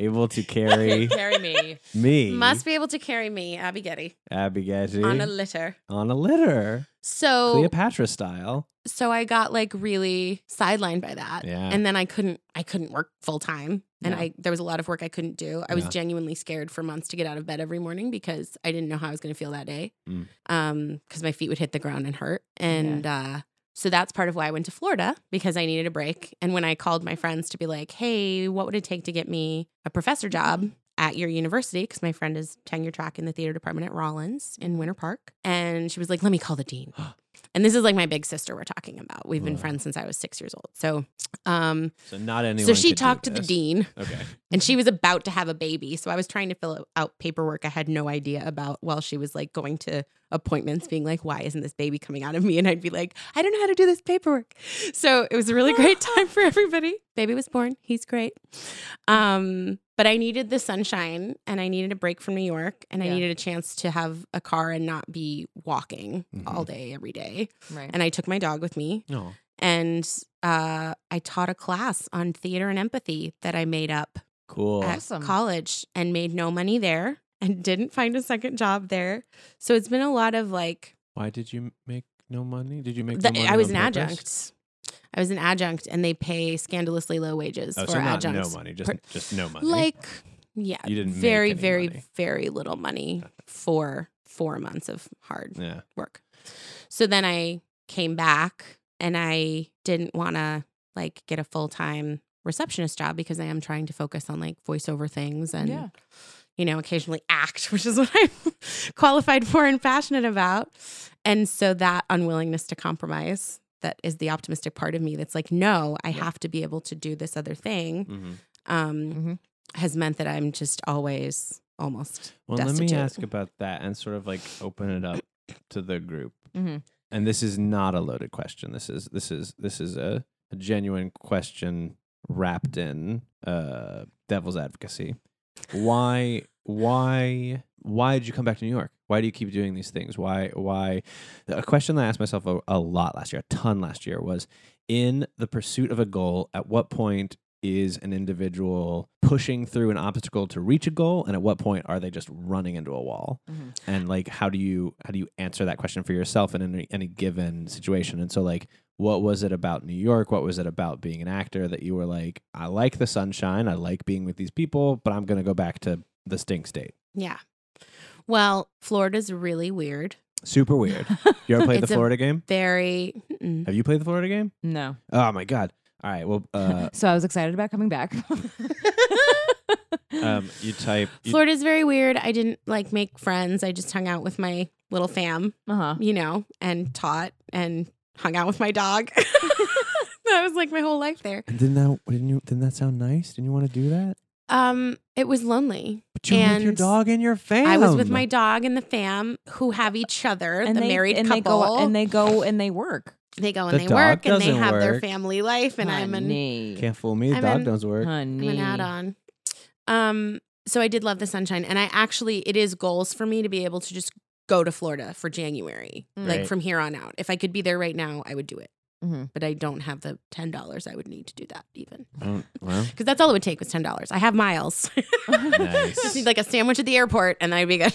[SPEAKER 2] able to carry
[SPEAKER 4] carry me.
[SPEAKER 2] me,
[SPEAKER 4] Must be able to carry me, Abby Getty,
[SPEAKER 2] Abby Getty,
[SPEAKER 4] on a Oh. litter.
[SPEAKER 2] on a litter,
[SPEAKER 4] So
[SPEAKER 2] Cleopatra style.
[SPEAKER 4] so I got like really sidelined by that.
[SPEAKER 2] Yeah.
[SPEAKER 4] And then I couldn't I couldn't work full time. And
[SPEAKER 3] Yeah.
[SPEAKER 4] I there was a lot of work I couldn't do. I was
[SPEAKER 2] Yeah.
[SPEAKER 4] genuinely scared for months to get out of bed every morning because I didn't know how I was gonna feel that day.
[SPEAKER 2] Mm.
[SPEAKER 4] Um, because my feet would hit the ground and hurt. And uh so that's part of why I went to Florida because I needed a break. And when I called my friends to be like, hey, what would it take to get me a professor job at your university? Because my friend is tenure track in the theater department at Rollins in Winter Park. And she was like, let me call the dean. And this is like my big sister we're talking about. We've been
[SPEAKER 2] Wow.
[SPEAKER 4] friends since I was six years old. So, um,
[SPEAKER 2] So not anyone.
[SPEAKER 4] so she
[SPEAKER 2] could do
[SPEAKER 4] talked to the
[SPEAKER 2] this. Mm-hmm.
[SPEAKER 4] dean
[SPEAKER 2] Okay.
[SPEAKER 4] and she was about to have a baby. So I was trying to fill out paperwork I had no idea about while she was like going to appointments, being like, why isn't this baby coming out of me? And I'd be like, I don't know how to do this paperwork. So it was a really great time for everybody. Baby was born. He's great. Um, but I needed the sunshine and I needed a break from New York and I
[SPEAKER 3] Yeah.
[SPEAKER 4] needed a chance to have a car and not be walking
[SPEAKER 2] Mhm.
[SPEAKER 4] all day, every day.
[SPEAKER 3] Right.
[SPEAKER 4] And I took my dog with me
[SPEAKER 2] No.
[SPEAKER 4] and uh, I taught a class on theater and empathy that I made up
[SPEAKER 2] Cool.
[SPEAKER 4] at
[SPEAKER 3] Awesome.
[SPEAKER 4] college and made no money there and didn't find a second job there. So it's been a lot of like,
[SPEAKER 2] Why did you make no money? Did you make?
[SPEAKER 4] the,
[SPEAKER 2] no money
[SPEAKER 4] I was
[SPEAKER 2] on
[SPEAKER 4] an
[SPEAKER 2] purpose?
[SPEAKER 4] adjunct. I was an adjunct and they pay scandalously low wages
[SPEAKER 2] Oh,
[SPEAKER 4] for
[SPEAKER 2] so not
[SPEAKER 4] adjuncts.
[SPEAKER 2] no money, just
[SPEAKER 4] Per-
[SPEAKER 2] just no money.
[SPEAKER 4] Like, yeah,
[SPEAKER 2] You didn't make
[SPEAKER 4] very,
[SPEAKER 2] any
[SPEAKER 4] very,
[SPEAKER 2] money.
[SPEAKER 4] very little money for four months of hard
[SPEAKER 2] yeah.
[SPEAKER 4] work. So then I came back and I didn't want to like get a full-time receptionist job because I am trying to focus on like voiceover things and
[SPEAKER 3] Yeah.
[SPEAKER 4] you know occasionally act, which is what I'm qualified for and passionate about. And so that unwillingness to compromise that is the optimistic part of me that's like no, I have to be able to do this other thing
[SPEAKER 2] Mm-hmm.
[SPEAKER 4] um
[SPEAKER 3] Mhm.
[SPEAKER 4] has meant that I'm just always almost
[SPEAKER 2] Well, let
[SPEAKER 4] destitute.
[SPEAKER 2] me ask about that and sort of like open it up to the group.
[SPEAKER 3] Mhm.
[SPEAKER 2] And this is not a loaded question. This is this is this is a, a genuine question wrapped in uh, devil's advocacy. Why why why did you come back to New York? Why do you keep doing these things? Why why a question that I asked myself a, a lot last year, a ton last year was in the pursuit of a goal, at what point is an individual pushing through an obstacle to reach a goal and at what point are they just running into a wall
[SPEAKER 3] Mhm.
[SPEAKER 2] and like how do you how do you answer that question for yourself in any, any given situation and so like what was it about new york what was it about being an actor that you were like i like the sunshine i like being with these people but i'm going to go back to the stink state
[SPEAKER 4] Yeah. Well, Florida's really weird.
[SPEAKER 2] super weird you ever played the
[SPEAKER 4] It's a-
[SPEAKER 2] florida game
[SPEAKER 4] Very mm-mm.
[SPEAKER 2] have you played the florida game
[SPEAKER 3] No.
[SPEAKER 2] oh my god all right well uh
[SPEAKER 3] so I was excited about coming back.
[SPEAKER 2] um you type you-
[SPEAKER 4] Florida's very weird. I didn't like make friends. I just hung out with my little fam,
[SPEAKER 3] uh-huh.
[SPEAKER 4] you know, and taught and hung out with my dog. that was like my whole life there.
[SPEAKER 2] and didn't that didn't you didn't that sound nice didn't you want to do that
[SPEAKER 4] Um, it was lonely.
[SPEAKER 2] But you're with your
[SPEAKER 4] And
[SPEAKER 2] dog and your fam.
[SPEAKER 4] I was with my dog and the fam who have each other, the married
[SPEAKER 3] and
[SPEAKER 4] couple.
[SPEAKER 3] They go, and they go and they work.
[SPEAKER 4] they go
[SPEAKER 2] The
[SPEAKER 4] and they
[SPEAKER 2] dog
[SPEAKER 4] work and they
[SPEAKER 2] doesn't
[SPEAKER 4] have their
[SPEAKER 2] work.
[SPEAKER 4] family life. And I'm an
[SPEAKER 3] honey,
[SPEAKER 2] Can't fool me.
[SPEAKER 4] I'm
[SPEAKER 2] dog
[SPEAKER 4] in-
[SPEAKER 2] does work.
[SPEAKER 3] honey.
[SPEAKER 4] I'm an add on. Um, so I did love the sunshine, and I actually it is goals for me to be able to just go to Florida for January, like
[SPEAKER 2] Right.
[SPEAKER 4] from here on out. If I could be there right now, I would do it.
[SPEAKER 3] Mhm.
[SPEAKER 4] But I don't have the ten dollars I would need to do that even
[SPEAKER 2] Oh, well,
[SPEAKER 4] because that's all it would take was ten dollars. I have miles. Just
[SPEAKER 2] nice.
[SPEAKER 4] need like a sandwich at the airport, and I'd be good.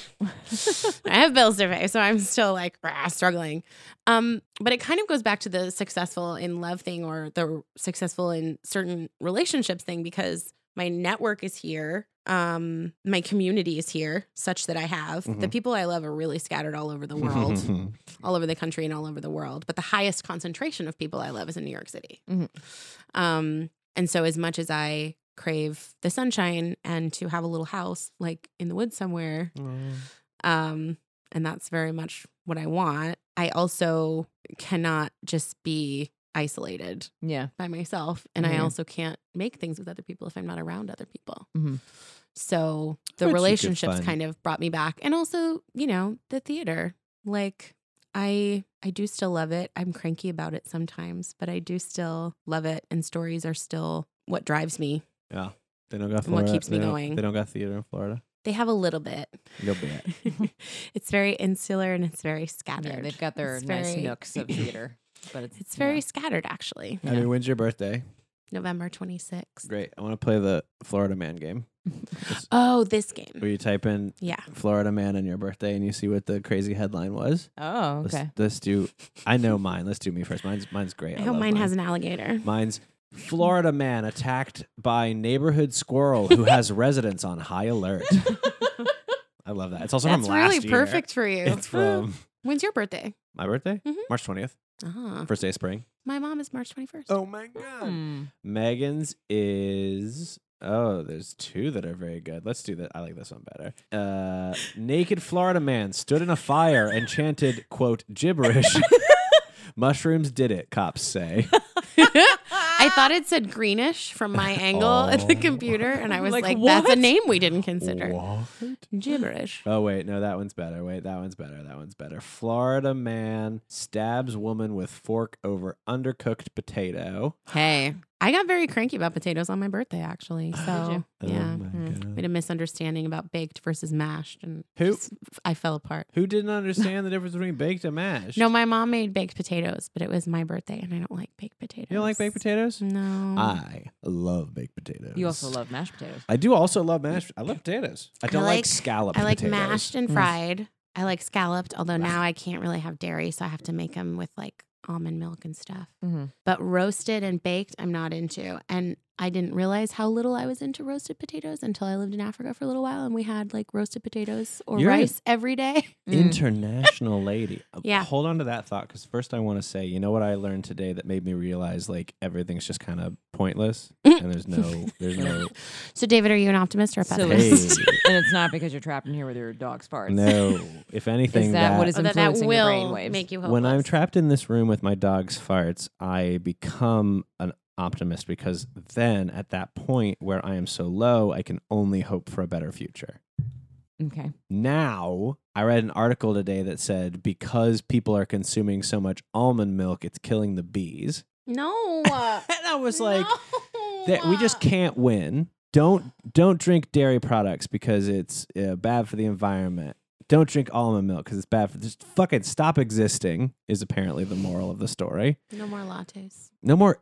[SPEAKER 4] I have bills to pay, so I'm still like rah, struggling. Um, but it kind of goes back to the successful in love thing or the successful in certain relationships thing because my network is here. Um, my community is here, such that I have the
[SPEAKER 2] Mhm.
[SPEAKER 4] people I love are really scattered all over the world, all over the country, and all over the world. But the highest concentration of people I love is in New York City.
[SPEAKER 3] Mhm.
[SPEAKER 4] Um, and so, as much as I crave the sunshine and to have a little house like in the woods somewhere, um, and that's very much what I want. I also cannot just be isolated
[SPEAKER 3] mm-hmm. yeah.
[SPEAKER 4] by myself, and I
[SPEAKER 3] Yeah.
[SPEAKER 4] also can't make things with other people if I'm not around other people.
[SPEAKER 3] Mhm.
[SPEAKER 4] So the
[SPEAKER 2] Which you could
[SPEAKER 4] relationships
[SPEAKER 2] find.
[SPEAKER 4] kind of brought me back, and also you know the theater. Like I I do still love it. I'm cranky about it sometimes, but I do still love it, and stories are still what drives me.
[SPEAKER 2] yeah, they don't got
[SPEAKER 4] And what
[SPEAKER 2] Florida.
[SPEAKER 4] keeps me
[SPEAKER 2] they don't-
[SPEAKER 4] going.
[SPEAKER 2] They don't got theater in Florida.
[SPEAKER 4] They have a little bit.
[SPEAKER 2] You'll be it.
[SPEAKER 4] it's very insular and it's very scattered.
[SPEAKER 3] yeah. They've got their
[SPEAKER 4] It's
[SPEAKER 3] nice
[SPEAKER 4] very-
[SPEAKER 3] nooks of theater. But it's,
[SPEAKER 4] It's very scattered, actually.
[SPEAKER 2] I mean, when's your birthday?
[SPEAKER 4] November 26th.
[SPEAKER 2] Great. I want to play the Florida Man game.
[SPEAKER 4] Oh, this game.
[SPEAKER 2] Where you type in
[SPEAKER 4] Yeah.
[SPEAKER 2] Florida Man and your birthday and you see what the crazy headline was.
[SPEAKER 3] Oh,
[SPEAKER 2] Let's,
[SPEAKER 3] okay.
[SPEAKER 2] let's do. I know mine. Let's do me first. Mine's mine's great.
[SPEAKER 4] I hope
[SPEAKER 2] love
[SPEAKER 4] mine has an alligator.
[SPEAKER 2] Mine's Florida man attacked by neighborhood squirrel who has residence on high alert. I love that. It's also
[SPEAKER 4] That's
[SPEAKER 2] from last
[SPEAKER 4] really
[SPEAKER 2] year.
[SPEAKER 4] perfect for you.
[SPEAKER 2] It's from
[SPEAKER 4] When's your birthday?
[SPEAKER 2] my birthday,
[SPEAKER 4] Mhm.
[SPEAKER 2] March twentieth,
[SPEAKER 4] Ah,
[SPEAKER 2] first day of spring.
[SPEAKER 4] my mom is March 21st.
[SPEAKER 2] Oh my god.
[SPEAKER 4] Mm.
[SPEAKER 3] Hmm.
[SPEAKER 2] Megan's is oh, there's two that are very good. Let's do that. I like this one better. Uh, naked Florida man stood in a fire and chanted quote gibberish. Mushrooms did it, cops say.
[SPEAKER 4] I
[SPEAKER 3] Ah!
[SPEAKER 4] thought it said greenish from my angle at the
[SPEAKER 2] Oh.
[SPEAKER 4] computer, and I was
[SPEAKER 3] Like,
[SPEAKER 4] like, that's a
[SPEAKER 3] what?
[SPEAKER 4] name we didn't consider.
[SPEAKER 2] What?
[SPEAKER 4] Gibberish.
[SPEAKER 2] Oh wait, no, that one's better. Wait, that one's better. That one's better. Florida man stabs woman with fork over undercooked potato.
[SPEAKER 3] Hey,
[SPEAKER 4] I got very cranky about potatoes on my birthday, actually. So, yeah.
[SPEAKER 2] Oh
[SPEAKER 4] hmm.
[SPEAKER 2] my
[SPEAKER 4] We had a misunderstanding about baked versus mashed, and
[SPEAKER 2] Who
[SPEAKER 4] just- I fell apart.
[SPEAKER 2] who didn't understand the difference between baked and mashed?
[SPEAKER 4] No, my mom made baked potatoes, but it was my birthday, and I don't like baked potatoes.
[SPEAKER 2] you don't like baked Ah. potatoes?
[SPEAKER 4] No.
[SPEAKER 2] I love baked potatoes.
[SPEAKER 3] you also love mashed potatoes.
[SPEAKER 2] I do also love mashed. I love potatoes. I don't like,
[SPEAKER 4] like-
[SPEAKER 2] scalloped.
[SPEAKER 4] I like
[SPEAKER 2] potatoes.
[SPEAKER 4] mashed and
[SPEAKER 3] Mm.
[SPEAKER 4] fried. I like scalloped, although now I can't really have dairy, so I have to make them with like almond milk and stuff.
[SPEAKER 3] Mhm.
[SPEAKER 4] But roasted and baked, I'm not into. And I didn't realize how little I was into roasted potatoes until I lived in Africa for a little while and we had like roasted potatoes or
[SPEAKER 2] You're in-
[SPEAKER 4] rice every day.
[SPEAKER 3] Mm.
[SPEAKER 2] international lady. Uh,
[SPEAKER 4] Mm. Yeah.
[SPEAKER 2] Hold on to that thought because first I want to say, you know what I learned today that made me realize like everything's just kind of pointless and there's no, there's no,
[SPEAKER 4] So, David, are you an optimist or a
[SPEAKER 3] So
[SPEAKER 4] pessimist?
[SPEAKER 2] Hey.
[SPEAKER 3] it's, and it's not because you're trapped in here with your dog's farts.
[SPEAKER 2] no. If anything,
[SPEAKER 3] Is that, what is
[SPEAKER 4] Oh, that, that
[SPEAKER 3] influencing your brain
[SPEAKER 4] will
[SPEAKER 3] waves?
[SPEAKER 4] make you hopeless.
[SPEAKER 2] when I'm trapped in this room with my dog's farts, I become an optimist because then at that point where I am so low, I can only hope for a better future.
[SPEAKER 3] Okay.
[SPEAKER 2] Now, I read an article today that said because people are consuming so much almond milk, it's killing the bees.
[SPEAKER 4] no.
[SPEAKER 2] And I was like, that we just can't win. Don't don't drink dairy products because it's uh, bad for the environment. Don't drink almond milk because it's bad for just fucking stop existing is apparently the moral of the story.
[SPEAKER 4] No more lattes.
[SPEAKER 2] No more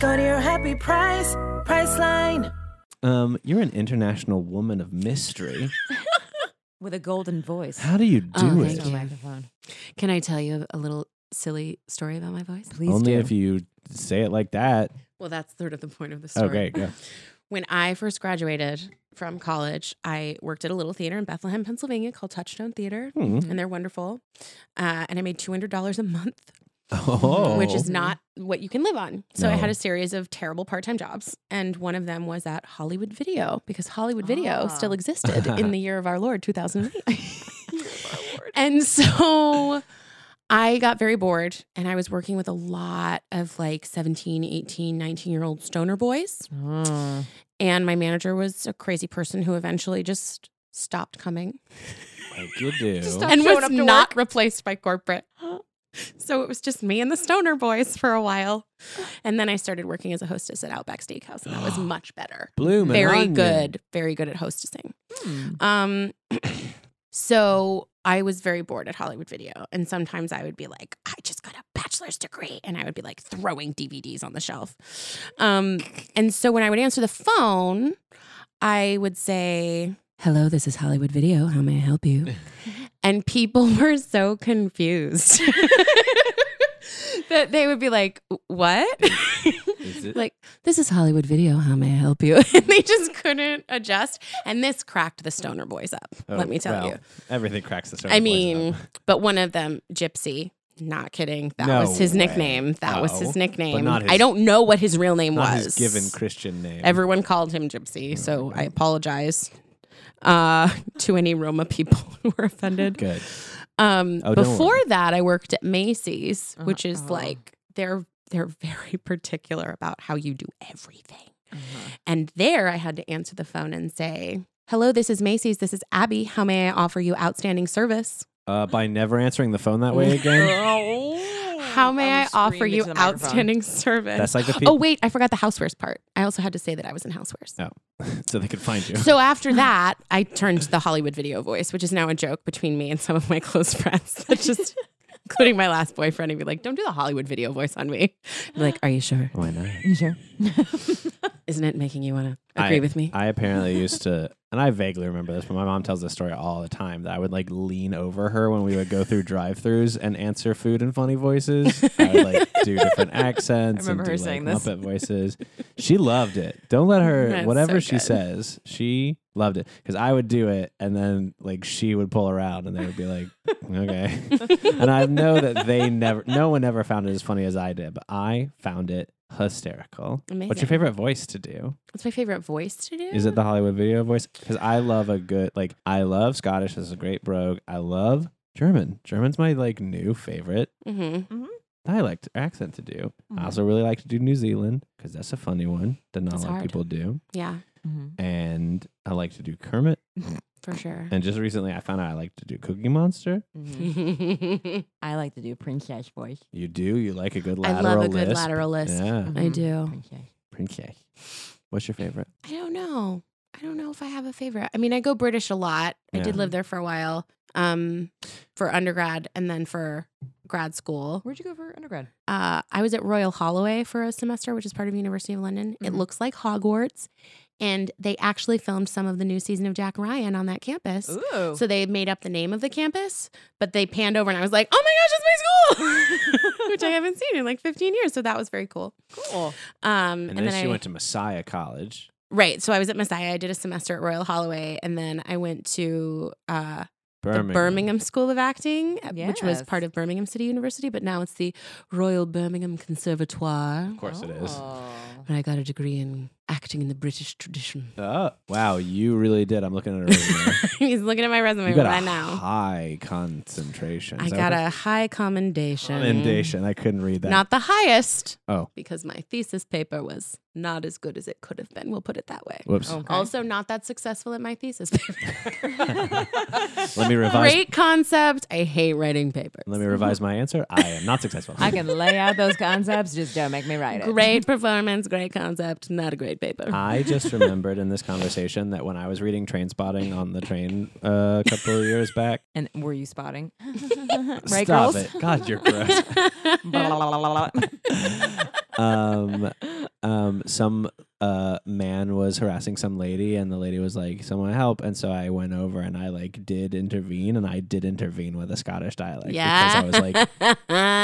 [SPEAKER 5] Go to your happy price, Priceline.
[SPEAKER 2] Um, you're an international woman of mystery.
[SPEAKER 3] With a golden voice.
[SPEAKER 2] How do you do
[SPEAKER 4] Oh,
[SPEAKER 2] it?
[SPEAKER 4] thank you. Can I tell you a little silly story about my voice?
[SPEAKER 3] Please
[SPEAKER 2] Only
[SPEAKER 3] do.
[SPEAKER 2] if you say it like that.
[SPEAKER 4] Well, that's sort of the point of the story.
[SPEAKER 2] Okay, go.
[SPEAKER 4] When I first graduated from college, I worked at a little theater in Bethlehem, Pennsylvania called Touchstone Theater,
[SPEAKER 2] Hmm.
[SPEAKER 4] and they're wonderful. Uh, and I made $200 a month,
[SPEAKER 2] Oh,
[SPEAKER 4] which is not what you can live on. So I
[SPEAKER 2] No.
[SPEAKER 4] had a series of terrible part time jobs. And one of them was at Hollywood Video because Hollywood Video
[SPEAKER 3] Ah.
[SPEAKER 4] still existed in the year of our Lord, 2008. and so. I got very bored and I was working with a lot of like 17, 18, 19 year old stoner boys.
[SPEAKER 3] Oh.
[SPEAKER 4] And my manager was a crazy person who eventually just stopped coming
[SPEAKER 2] like you do.
[SPEAKER 3] Stop
[SPEAKER 4] and
[SPEAKER 3] showing
[SPEAKER 4] was
[SPEAKER 3] up to
[SPEAKER 4] not replaced by corporate. So it was just me and the stoner boys for a while. And then I started working as a hostess at Outback Steakhouse, and that was much better.
[SPEAKER 2] Bloom.
[SPEAKER 4] Very good, very good at hostessing.
[SPEAKER 3] Hmm.
[SPEAKER 4] Um, so I was very bored at Hollywood Video, and sometimes I would be like, "I just got a bachelor's degree," and I would be like throwing DVDs on the shelf. Um, and so when I would answer the phone, I would say, "Hello, this is Hollywood Video. How may I help you?" and people were so confused. That they would be like, what?
[SPEAKER 2] Is it?
[SPEAKER 4] like, this is Hollywood video. How may I help you? and they just couldn't adjust. And this cracked the stoner boys up,
[SPEAKER 2] Oh,
[SPEAKER 4] let me tell
[SPEAKER 2] well,
[SPEAKER 4] you.
[SPEAKER 2] Everything cracks the surface.
[SPEAKER 4] I mean, but one of them, Gypsy. Not kidding. That
[SPEAKER 2] No
[SPEAKER 4] was his
[SPEAKER 2] way.
[SPEAKER 4] nickname. That was
[SPEAKER 2] Oh,
[SPEAKER 4] his
[SPEAKER 2] but
[SPEAKER 4] nickname.
[SPEAKER 2] not his-
[SPEAKER 4] I don't know what his real name
[SPEAKER 2] not
[SPEAKER 4] was.
[SPEAKER 2] his given Mm, Christian name.
[SPEAKER 4] Everyone called him Gypsy, so I apologize uh, to any Roma people who were offended.
[SPEAKER 2] good.
[SPEAKER 4] Um,
[SPEAKER 2] Oh, don't
[SPEAKER 4] before
[SPEAKER 2] worry.
[SPEAKER 4] that, I worked at Macy's, which is
[SPEAKER 3] Uh-oh.
[SPEAKER 4] like they're they're very particular about how you do everything. And there I had to answer the phone and say, Hello, this is Macy's. This is Abby. How may I offer you outstanding service?
[SPEAKER 2] Uh, by never answering the phone that way again.
[SPEAKER 4] How may I, offer you outstanding service?
[SPEAKER 2] That's like the
[SPEAKER 4] oh,
[SPEAKER 2] people.
[SPEAKER 4] wait, I forgot the housewares part. I also had to say that I was in housewares.
[SPEAKER 2] so they could find you.
[SPEAKER 4] So after that, I turned to the Hollywood video voice, which is now a joke between me and some of my close friends. That just, including my last boyfriend, he'd be like, "Don't do the Hollywood video voice on me." I'd be like, "Are you sure?
[SPEAKER 1] Why not?
[SPEAKER 3] Sure.
[SPEAKER 4] Isn't it making you want to agree
[SPEAKER 2] I-
[SPEAKER 4] with me?"
[SPEAKER 2] I apparently used to, and I vaguely remember this, but my mom tells this story all the time that I would like lean over her when we would go through drive-throughs and answer food in funny voices. I would like do different accents
[SPEAKER 3] I
[SPEAKER 2] and
[SPEAKER 3] remember
[SPEAKER 2] do
[SPEAKER 3] her
[SPEAKER 2] like
[SPEAKER 3] saying this.
[SPEAKER 2] Muppet voices. She loved it. Don't let her
[SPEAKER 4] That's
[SPEAKER 2] whatever
[SPEAKER 4] so
[SPEAKER 2] she
[SPEAKER 4] good.
[SPEAKER 2] says. She loved it because I would do it, and then like she would pull around, and they would be like, "Okay." and I know that they never, no one ever found it as funny as I did, but I found it hysterical. What's
[SPEAKER 4] Amazing.
[SPEAKER 2] your favorite voice to do?
[SPEAKER 4] What's my favorite voice to do?
[SPEAKER 2] Is it the Hollywood video voice? Because I love a good like I love Scottish. This is a great brogue. I love German. German's my like new favorite
[SPEAKER 4] hmm
[SPEAKER 2] dialect or accent to do. I also really like to do New Zealand because that's a funny one that not
[SPEAKER 4] Mm-hmm. It's
[SPEAKER 2] a lot of
[SPEAKER 4] hard.
[SPEAKER 2] people do.
[SPEAKER 4] Yeah,
[SPEAKER 3] Mm-hmm.
[SPEAKER 2] And I like to do Kermit.
[SPEAKER 4] for sure.
[SPEAKER 2] And just recently, I found out I like to do Cookie Monster.
[SPEAKER 3] Mm-hmm. I like to do princess voice.
[SPEAKER 2] You do. You like a good
[SPEAKER 4] I
[SPEAKER 2] lateral
[SPEAKER 4] love a good
[SPEAKER 2] lisp.
[SPEAKER 4] lateral Mm-hmm. list.
[SPEAKER 2] Yeah,
[SPEAKER 4] I do.
[SPEAKER 3] Princess.
[SPEAKER 2] Princess. What's your favorite?
[SPEAKER 4] I don't know. I don't know if I have a favorite. I mean, I go British a lot. I did
[SPEAKER 2] Yeah.
[SPEAKER 4] live there for a while, um, for undergrad and then for grad school.
[SPEAKER 3] Where'd you go for undergrad?
[SPEAKER 4] Uh, I was at Royal Holloway for a semester, which is part of University of London. It
[SPEAKER 2] Mm-hmm.
[SPEAKER 3] Mhm.
[SPEAKER 4] looks like Hogwarts, and they actually filmed some of the new season of Jack Ryan on that campus.
[SPEAKER 3] Ooh.
[SPEAKER 4] So they made up the name of the campus, but they panned over, and I was like, "Oh my gosh, it's my school," which I haven't seen in like 15 years. So that was very cool.
[SPEAKER 3] cool.
[SPEAKER 4] Um,
[SPEAKER 2] And then, she
[SPEAKER 4] I,
[SPEAKER 2] went to Messiah College.
[SPEAKER 4] right. So I was at Messiah. I did a semester at Royal Holloway, and then I went to uh,
[SPEAKER 2] Birmingham.
[SPEAKER 4] the Birmingham School of Acting, uh, which was
[SPEAKER 3] Yes.
[SPEAKER 4] part of Birmingham City University, but now it's the Royal Birmingham Conservatoire.
[SPEAKER 2] Of course it is.
[SPEAKER 4] Oh. But I got a degree in acting in the British tradition.
[SPEAKER 2] Oh, wow, you really did. I'm looking at her. Right now.
[SPEAKER 4] He's looking at my resume
[SPEAKER 2] You got
[SPEAKER 4] right
[SPEAKER 2] a
[SPEAKER 4] now.
[SPEAKER 2] high concentration.
[SPEAKER 4] I
[SPEAKER 2] Is that
[SPEAKER 4] got
[SPEAKER 2] what
[SPEAKER 4] a high commendation.
[SPEAKER 2] it's- commendation. I couldn't read that.
[SPEAKER 4] Not the highest.
[SPEAKER 2] Oh.
[SPEAKER 4] Because my thesis paper was not as good as it could have been. We'll put it that way.
[SPEAKER 2] Whoops.
[SPEAKER 4] Also, not that successful at my thesis paper.
[SPEAKER 2] Let me revise.
[SPEAKER 4] Great concept. I hate writing papers.
[SPEAKER 2] Let me revise my answer. I am not successful.
[SPEAKER 3] I can lay out those concepts, just don't make me write it.
[SPEAKER 4] Great performance, great concept, not a great paper.
[SPEAKER 2] I just remembered in this conversation that when I was reading Train Spotting on the train uh, a couple of years back.
[SPEAKER 3] And were you spotting?
[SPEAKER 2] Stop
[SPEAKER 3] right, girls?
[SPEAKER 2] it. God, you're gross.
[SPEAKER 3] Blah, blah, blah, blah, blah.
[SPEAKER 2] um, um, some uh, man was harassing some lady, and the lady was like, "Someone help!" And so I went over and I like did intervene, and I did intervene with a Scottish dialect
[SPEAKER 4] yeah.
[SPEAKER 2] because I was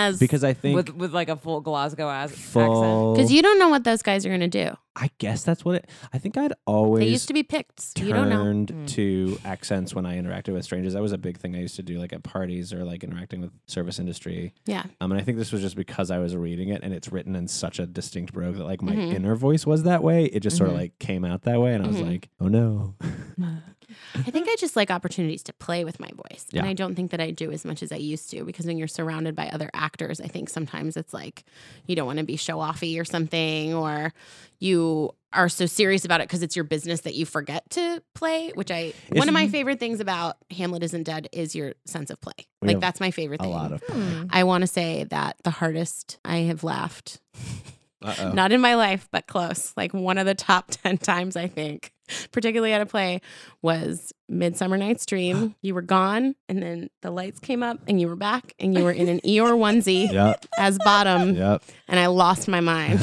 [SPEAKER 2] like, because I think
[SPEAKER 3] with with like a full Glasgow ass accent.
[SPEAKER 2] full.
[SPEAKER 4] Because you don't know what those guys are going to do.
[SPEAKER 2] I guess that's what it. I think I'd always
[SPEAKER 4] They used to be picked. You don't know. Hmm.
[SPEAKER 2] turned to accents when I interacted with strangers. That was a big thing I used to do, like at parties or like interacting with service industry.
[SPEAKER 4] Yeah.
[SPEAKER 2] Um, and I think this was just because I was reading it, and it's written in such a distinct brogue that like my
[SPEAKER 4] Mm-hmm.
[SPEAKER 2] inner voice was that way. It just sort of like came out that way, and I was like, oh no.
[SPEAKER 4] Hmm. I think I just like opportunities to play with my voice.
[SPEAKER 2] Yeah.
[SPEAKER 4] And I don't think that I do as much as I used to because when you're surrounded by other actors, I think sometimes it's like you don't want to be show offy or something, or you are so serious about it because it's your business that you forget to play. Which I, one of my favorite things about Hamlet Isn't Dead is your sense of play.
[SPEAKER 2] We
[SPEAKER 4] like,
[SPEAKER 2] have
[SPEAKER 4] that's my favorite
[SPEAKER 2] a
[SPEAKER 4] thing.
[SPEAKER 2] lot of.
[SPEAKER 4] I want to say that the hardest I have laughed
[SPEAKER 2] Uh-oh.
[SPEAKER 4] not in my life, but close. Like one of the top 10 times, I think, particularly at a play, was Midsummer Night's Dream. you were gone, and then the lights came up, and you were back, and you were in an Eeyore onesie
[SPEAKER 2] Yep.
[SPEAKER 4] as bottom,
[SPEAKER 2] Yep.
[SPEAKER 4] and I lost my mind.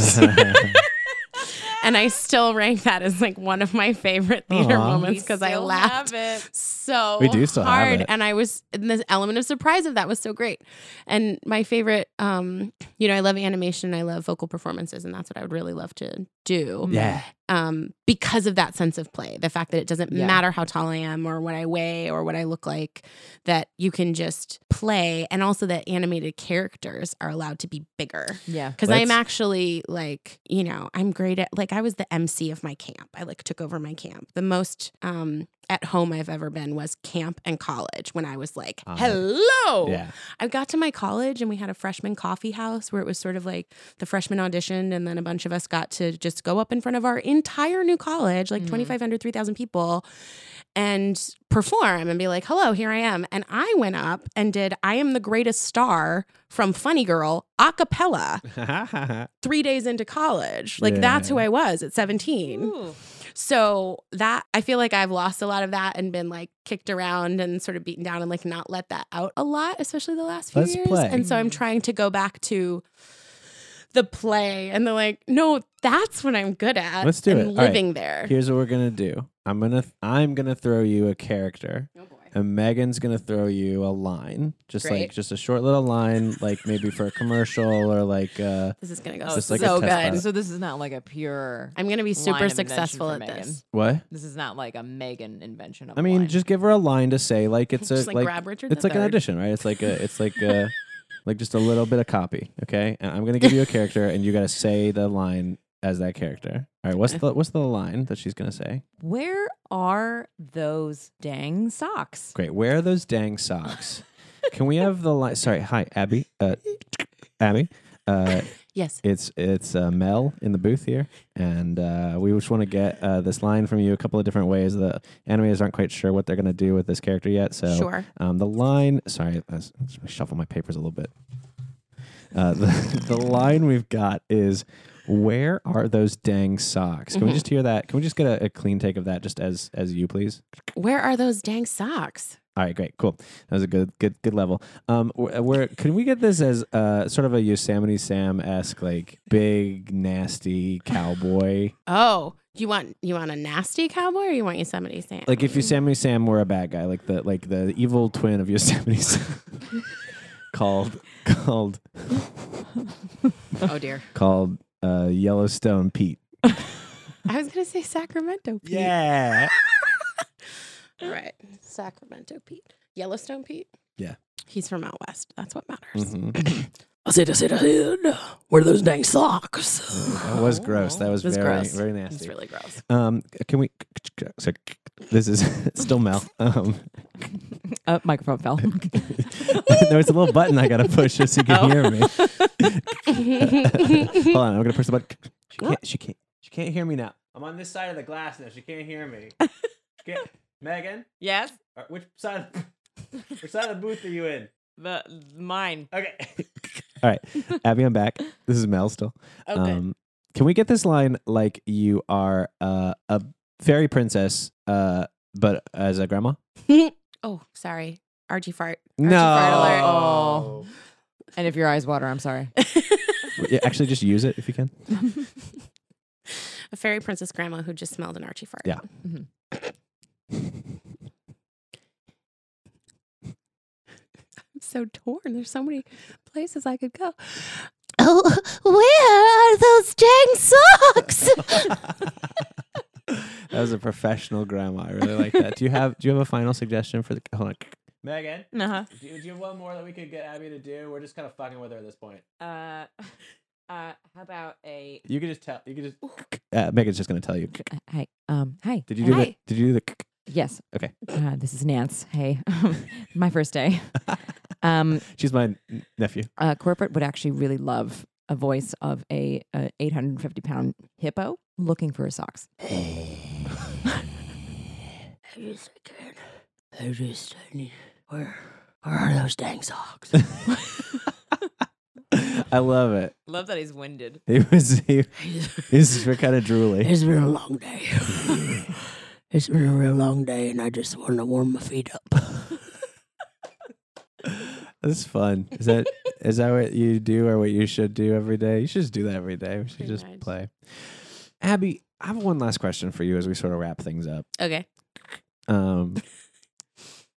[SPEAKER 4] and I still rank that as like one of my favorite theater
[SPEAKER 2] Aw.
[SPEAKER 4] moments because I laughed so
[SPEAKER 2] We do still have
[SPEAKER 4] hard
[SPEAKER 2] it.
[SPEAKER 4] and i was and this element of surprise of that was so great and my favorite um you know i love animation and i love vocal performances and that's what i would really love to do
[SPEAKER 2] Yeah.
[SPEAKER 4] um, because of that sense of play. The fact that it doesn't
[SPEAKER 3] Yeah.
[SPEAKER 4] matter how tall I am or what I weigh or what I look like, that you can just play, and also that animated characters are allowed to be bigger.
[SPEAKER 3] Yeah.
[SPEAKER 4] Because
[SPEAKER 2] Let's-
[SPEAKER 4] I'm actually like, you know, I'm great at like I was the MC of my camp. I like took over my camp. The most um at home I've ever been was camp and college when I was like,
[SPEAKER 2] Ah.
[SPEAKER 4] hello.
[SPEAKER 2] Yeah.
[SPEAKER 4] I got to my college and we had a freshman coffee house where it was sort of like the freshmen auditioned and then a bunch of us got to just go up in front of our entire new college, like
[SPEAKER 2] Mm-hmm.
[SPEAKER 3] Mhm.
[SPEAKER 4] 2,500, 3,000 people, and perform and be like, hello, here I am. And I went up and did I Am the Greatest Star from Funny Girl a cappella three days into college. Like that's who
[SPEAKER 2] Yeah.
[SPEAKER 4] I was at 17. So that I feel like I've lost a lot of that and been like kicked around and sort of beaten down and like not let that out a lot, especially the last few
[SPEAKER 2] Let's
[SPEAKER 4] years.
[SPEAKER 2] play.
[SPEAKER 4] And so
[SPEAKER 3] Mm.
[SPEAKER 4] I'm trying to go back to the play and the like, no, that's what I'm good at.
[SPEAKER 2] Let's do
[SPEAKER 4] and
[SPEAKER 2] it. All right.
[SPEAKER 4] Living there.
[SPEAKER 2] Here's what we're gonna do. I'm gonna I'm gonna throw you a character.
[SPEAKER 4] oh boy.
[SPEAKER 2] And Megan's gonna throw you a line, just like
[SPEAKER 4] Great.
[SPEAKER 2] just a short little line, like maybe for a commercial or like uh,
[SPEAKER 4] This is gonna go
[SPEAKER 3] Oh,
[SPEAKER 2] Just
[SPEAKER 4] so
[SPEAKER 2] like a test
[SPEAKER 4] good.
[SPEAKER 2] pilot.
[SPEAKER 3] So this is not like a pure.
[SPEAKER 4] I'm gonna be
[SPEAKER 3] line
[SPEAKER 4] super
[SPEAKER 3] of invention
[SPEAKER 4] successful
[SPEAKER 3] for
[SPEAKER 4] at
[SPEAKER 3] Megan.
[SPEAKER 4] this.
[SPEAKER 2] what?
[SPEAKER 3] This is not like a Megan invention. Of
[SPEAKER 2] I mean,
[SPEAKER 3] wine.
[SPEAKER 2] just give her a line to say like it's
[SPEAKER 4] Just
[SPEAKER 2] a
[SPEAKER 4] like,
[SPEAKER 2] like
[SPEAKER 4] grab Richard.
[SPEAKER 2] it's
[SPEAKER 4] the
[SPEAKER 2] like an
[SPEAKER 4] third.
[SPEAKER 2] audition, right? It's like a, it's like a, like just a little bit of copy, okay? And I'm gonna give you a character, and you gotta say the line as that character. All right, what's the what's the line that she's gonna say?
[SPEAKER 3] where are those dang socks?
[SPEAKER 2] Great. Where are those dang socks? Can we have the line? Sorry, hi, Abby. Uh, Abby. Uh,
[SPEAKER 4] Yes.
[SPEAKER 2] it's it's uh, Mel in the booth here, and uh, we just want to get uh, this line from you a couple of different ways. The animators aren't quite sure what they're gonna do with this character yet, so
[SPEAKER 4] Sure.
[SPEAKER 2] um, the line, sorry, I was- I shuffle my papers a little bit. Uh, the, the line we've got is, "Where are those dang socks?" Can we just hear that? Can we just get a, a clean take of that, just as as you please?
[SPEAKER 4] Where are those dang socks?
[SPEAKER 2] All right, great, cool. That was a good good good level. Um, where, where can we get this as uh sort of a Yosemite Sam esque like big nasty cowboy?
[SPEAKER 4] Oh, you want you want a nasty cowboy or you want Yosemite Sam?
[SPEAKER 2] Like if Yosemite Sam were a bad guy, like the like the evil twin of Yosemite Sam, called called
[SPEAKER 4] oh dear.
[SPEAKER 2] called uh, Yellowstone Pete.
[SPEAKER 4] I was gonna say Sacramento Pete.
[SPEAKER 2] Yeah.
[SPEAKER 4] All right. Sacramento Pete. Yellowstone Pete?
[SPEAKER 2] Yeah.
[SPEAKER 4] He's from out west. That's what matters.
[SPEAKER 2] Mhm.
[SPEAKER 6] I said, I said, I said, where are those dang socks?
[SPEAKER 2] That was gross. That was
[SPEAKER 4] That's
[SPEAKER 2] very
[SPEAKER 4] gross.
[SPEAKER 2] very
[SPEAKER 4] It's
[SPEAKER 2] nasty.
[SPEAKER 4] really gross.
[SPEAKER 2] um, can we? Sorry, this is still Mel. Um,
[SPEAKER 3] Uh, microphone fell.
[SPEAKER 2] no, it's a little button I gotta push just so you can hear me. Hold on, I'm gonna push the button. She can't. She can't. She can't hear me now. I'm on this side of the glass now. She can't hear me. She can't. Megan,
[SPEAKER 3] yes,
[SPEAKER 2] or which side? Of the, which side of the booth are you in?
[SPEAKER 3] the mine.
[SPEAKER 2] Okay. All right, Abby, I'm back. This is Mel still.
[SPEAKER 4] Oh, good.
[SPEAKER 2] Um, can we get this line like you are uh, a fairy princess, uh, but as a grandma?
[SPEAKER 4] oh, sorry. RG fart. RG fart alert.
[SPEAKER 3] No. And if your eyes water, I'm sorry.
[SPEAKER 2] Yeah, actually, just use it if you can.
[SPEAKER 4] A fairy princess grandma who just smelled an Archie fart.
[SPEAKER 2] Yeah.
[SPEAKER 4] Mm-hmm.
[SPEAKER 3] Mhm.
[SPEAKER 4] I'm so torn. There's so many places I could go.
[SPEAKER 7] Oh, where are those dang socks?
[SPEAKER 2] That was a professional grandma. I really like that. Do you have Do you have a final suggestion for the? Hold on. Megan,
[SPEAKER 3] Uh-huh.
[SPEAKER 2] do you, do you have one more that we could get Abby to do? We're just kind of fucking with her at this point.
[SPEAKER 3] Uh uh
[SPEAKER 4] uh,
[SPEAKER 3] How about a
[SPEAKER 2] You could just tell. You could just. Uh, Megan's just gonna tell you.
[SPEAKER 3] hi? Um, hi.
[SPEAKER 2] Did you do the?
[SPEAKER 4] Hi.
[SPEAKER 2] Did you do the?
[SPEAKER 3] Yes.
[SPEAKER 2] Okay.
[SPEAKER 3] Uh, this is Nance. Hey, my first day. Um,
[SPEAKER 2] She's my nephew.
[SPEAKER 3] uh, corporate would actually really love a voice of a, a 850 pound hippo looking for his socks.
[SPEAKER 6] Hey, a second. I just, I need, where, where are those dang socks?
[SPEAKER 2] I love it.
[SPEAKER 3] Love that he's winded.
[SPEAKER 2] He was. He, he's kind of drooly.
[SPEAKER 6] it's been a long day. it's been a real long day, and I just want to warm my feet up.
[SPEAKER 2] That's fun. Is that is that what you do or what you should do every day? You should just do that every day. We should
[SPEAKER 4] Pretty
[SPEAKER 2] just
[SPEAKER 4] much.
[SPEAKER 2] play. Abby, I have one last question for you as we sort of wrap things up.
[SPEAKER 4] Okay.
[SPEAKER 2] Um,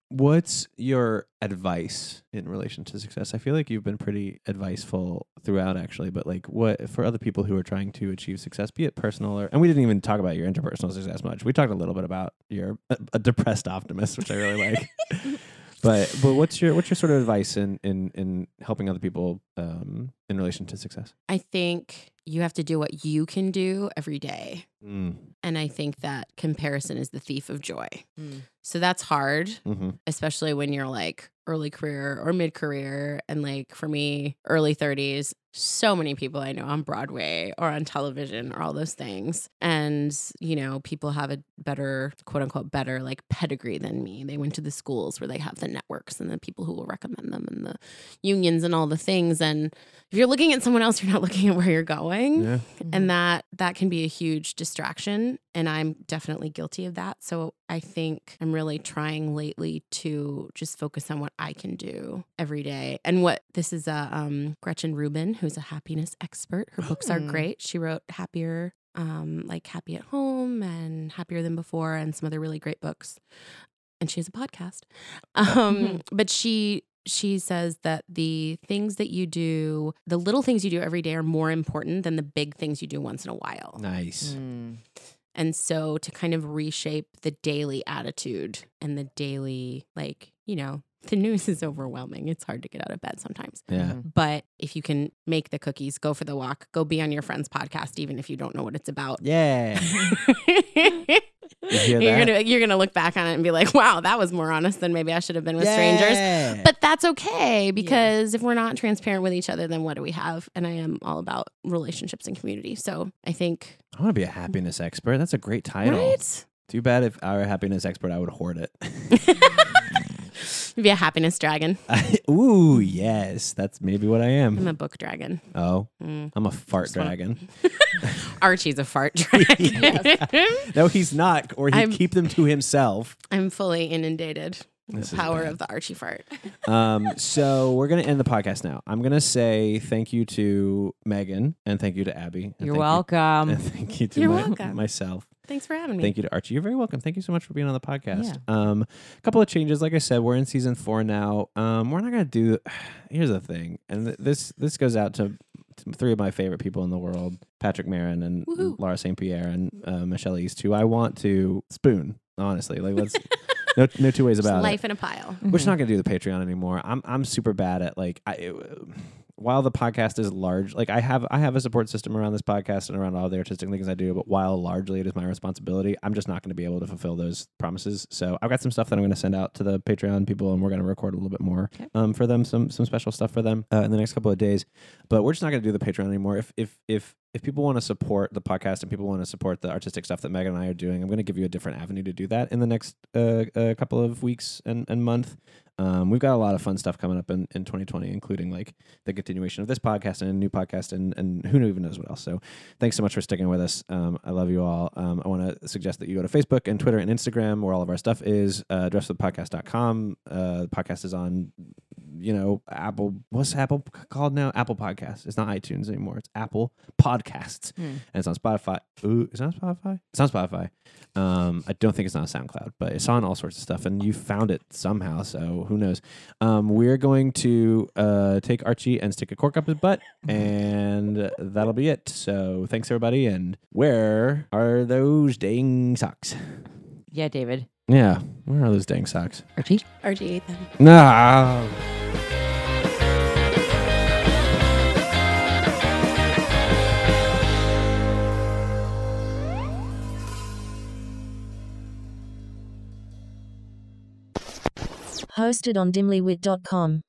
[SPEAKER 2] What's your advice in relation to success? I feel like you've been pretty adviceful throughout, actually. But like, what for other people who are trying to achieve success, be it personal or, and we didn't even talk about your interpersonal success much. We talked a little bit about your a, a depressed optimist, which I really like. But but what's your what's your sort of advice in in in helping other people um, in relation to success?
[SPEAKER 4] I think you have to do what you can do every day. And I think that comparison is the thief of joy.
[SPEAKER 3] Mm.
[SPEAKER 4] So that's hard,
[SPEAKER 2] Mm-hmm.
[SPEAKER 4] especially when you're like early career or mid career. And like for me, early 30s, so many people I know on Broadway or on television or all those things. And, you know, people have a better, quote unquote, better like pedigree than me. They went to the schools where they have the networks and the people who will recommend them and the unions and all the things. And if you're looking at someone else, you're not looking at where you're going
[SPEAKER 2] Yeah.
[SPEAKER 4] and that that can be a huge distraction and i'm definitely guilty of that so i think i'm really trying lately to just focus on what i can do every day and what this is a um, gretchen rubin who's a happiness expert her books are
[SPEAKER 3] Hmm.
[SPEAKER 4] great she wrote happier um, like happy at home and happier than before and some other really great books and she has a podcast um, but she she says that the things that you do the little things you do every day are more important than the big things you do once in a while
[SPEAKER 2] Nice.
[SPEAKER 3] Mm.
[SPEAKER 4] and so to kind of reshape the daily attitude and the daily like you know the news is overwhelming it's hard to get out of bed sometimes
[SPEAKER 2] Yeah.
[SPEAKER 4] but if you can make the cookies go for the walk go be on your friend's podcast even if you don't know what it's about
[SPEAKER 2] Yeah. hear
[SPEAKER 4] you're
[SPEAKER 2] that?
[SPEAKER 4] gonna you're gonna look back on it and be like, wow, that was more honest than maybe I should have been with strangers. But that's okay because if we're not transparent with each other, then what do we have? And I am all about relationships and community. So I think
[SPEAKER 2] I want to be a happiness expert. That's a great title.
[SPEAKER 4] right.
[SPEAKER 2] Too bad if I were a happiness expert, I would hoard it.
[SPEAKER 4] Be a happiness dragon.
[SPEAKER 2] I- ooh, yes, that's maybe what I
[SPEAKER 4] I'm
[SPEAKER 2] am.
[SPEAKER 4] a book dragon.
[SPEAKER 2] oh,
[SPEAKER 4] Mm.
[SPEAKER 2] I'm a fart
[SPEAKER 4] Just wanna-
[SPEAKER 2] dragon.
[SPEAKER 4] Archie's a fart dragon.
[SPEAKER 2] no, he's not, or he'd
[SPEAKER 4] I'm-
[SPEAKER 2] keep them to himself.
[SPEAKER 4] I'm fully inundated. with
[SPEAKER 2] This
[SPEAKER 4] The
[SPEAKER 2] is
[SPEAKER 4] power
[SPEAKER 2] bad.
[SPEAKER 4] of the Archie fart.
[SPEAKER 2] Um, so we're gonna end the podcast now. I'm gonna say thank you to Megan and thank you to Abby. and thank
[SPEAKER 3] You're
[SPEAKER 2] you-
[SPEAKER 3] welcome.
[SPEAKER 2] and thank you to
[SPEAKER 4] You're
[SPEAKER 2] my-
[SPEAKER 4] welcome.
[SPEAKER 2] myself.
[SPEAKER 4] Thanks for having me.
[SPEAKER 2] Thank you to Archie. You're very welcome. Thank you so much for being on the podcast. Um, a couple of changes. Like I said, we're in season four now. Um, we're not gonna do. Here's the thing, and th- this this goes out to, to three of my favorite people in the world: Patrick Marin and
[SPEAKER 4] Woohoo.
[SPEAKER 2] Laura St. Pierre and uh, Michelle East. Who I want to spoon. Honestly, like let's no no two ways
[SPEAKER 4] Just
[SPEAKER 2] about it.
[SPEAKER 4] life in a pile.
[SPEAKER 2] We're just not gonna do the Patreon anymore. I'm I'm super bad at like I. it- while the podcast is large, like I have, I have a support system around this podcast and around all the artistic things I do. But while largely it is my responsibility, I'm just not going to be able to fulfill those promises. So I've got some stuff that I'm going to send out to the Patreon people, and we're going to record a little bit more um, for them, some some special stuff for them uh, in the next couple of days. But we're just not going to do the Patreon anymore. If if if if people want to support the podcast and people want to support the artistic stuff that Megan and I are doing, I'm going to give you a different avenue to do that in the next uh, uh, couple of weeks and, and month. Um, we've got a lot of fun stuff coming up in, in 2020, including like the continuation of this podcast and a new podcast and, and who even knows what else. So thanks so much for sticking with us. Um, I love you all. Um, I want to suggest that you go to Facebook and Twitter and Instagram where all of our stuff is uh, dresswithpodcast.com. Uh, the podcast is on, you know, Apple. What's Apple c- called now? Apple Podcasts. It's not iTunes anymore. It's Apple Podcasts. And it's on Spotify. Ooh, is it on Spotify? It's on Spotify. Um, I don't think it's on SoundCloud, but it's on all sorts of stuff. And you found it somehow. So who knows? Um, we're going to uh, take Archie and stick a cork up his butt, and that'll be it. So thanks everybody, and where are those dang socks?
[SPEAKER 3] Yeah, David.
[SPEAKER 2] Yeah, where are those dang socks?
[SPEAKER 3] Archie?
[SPEAKER 4] Archie ate them.
[SPEAKER 2] No.
[SPEAKER 8] hosted on dimlywit.com.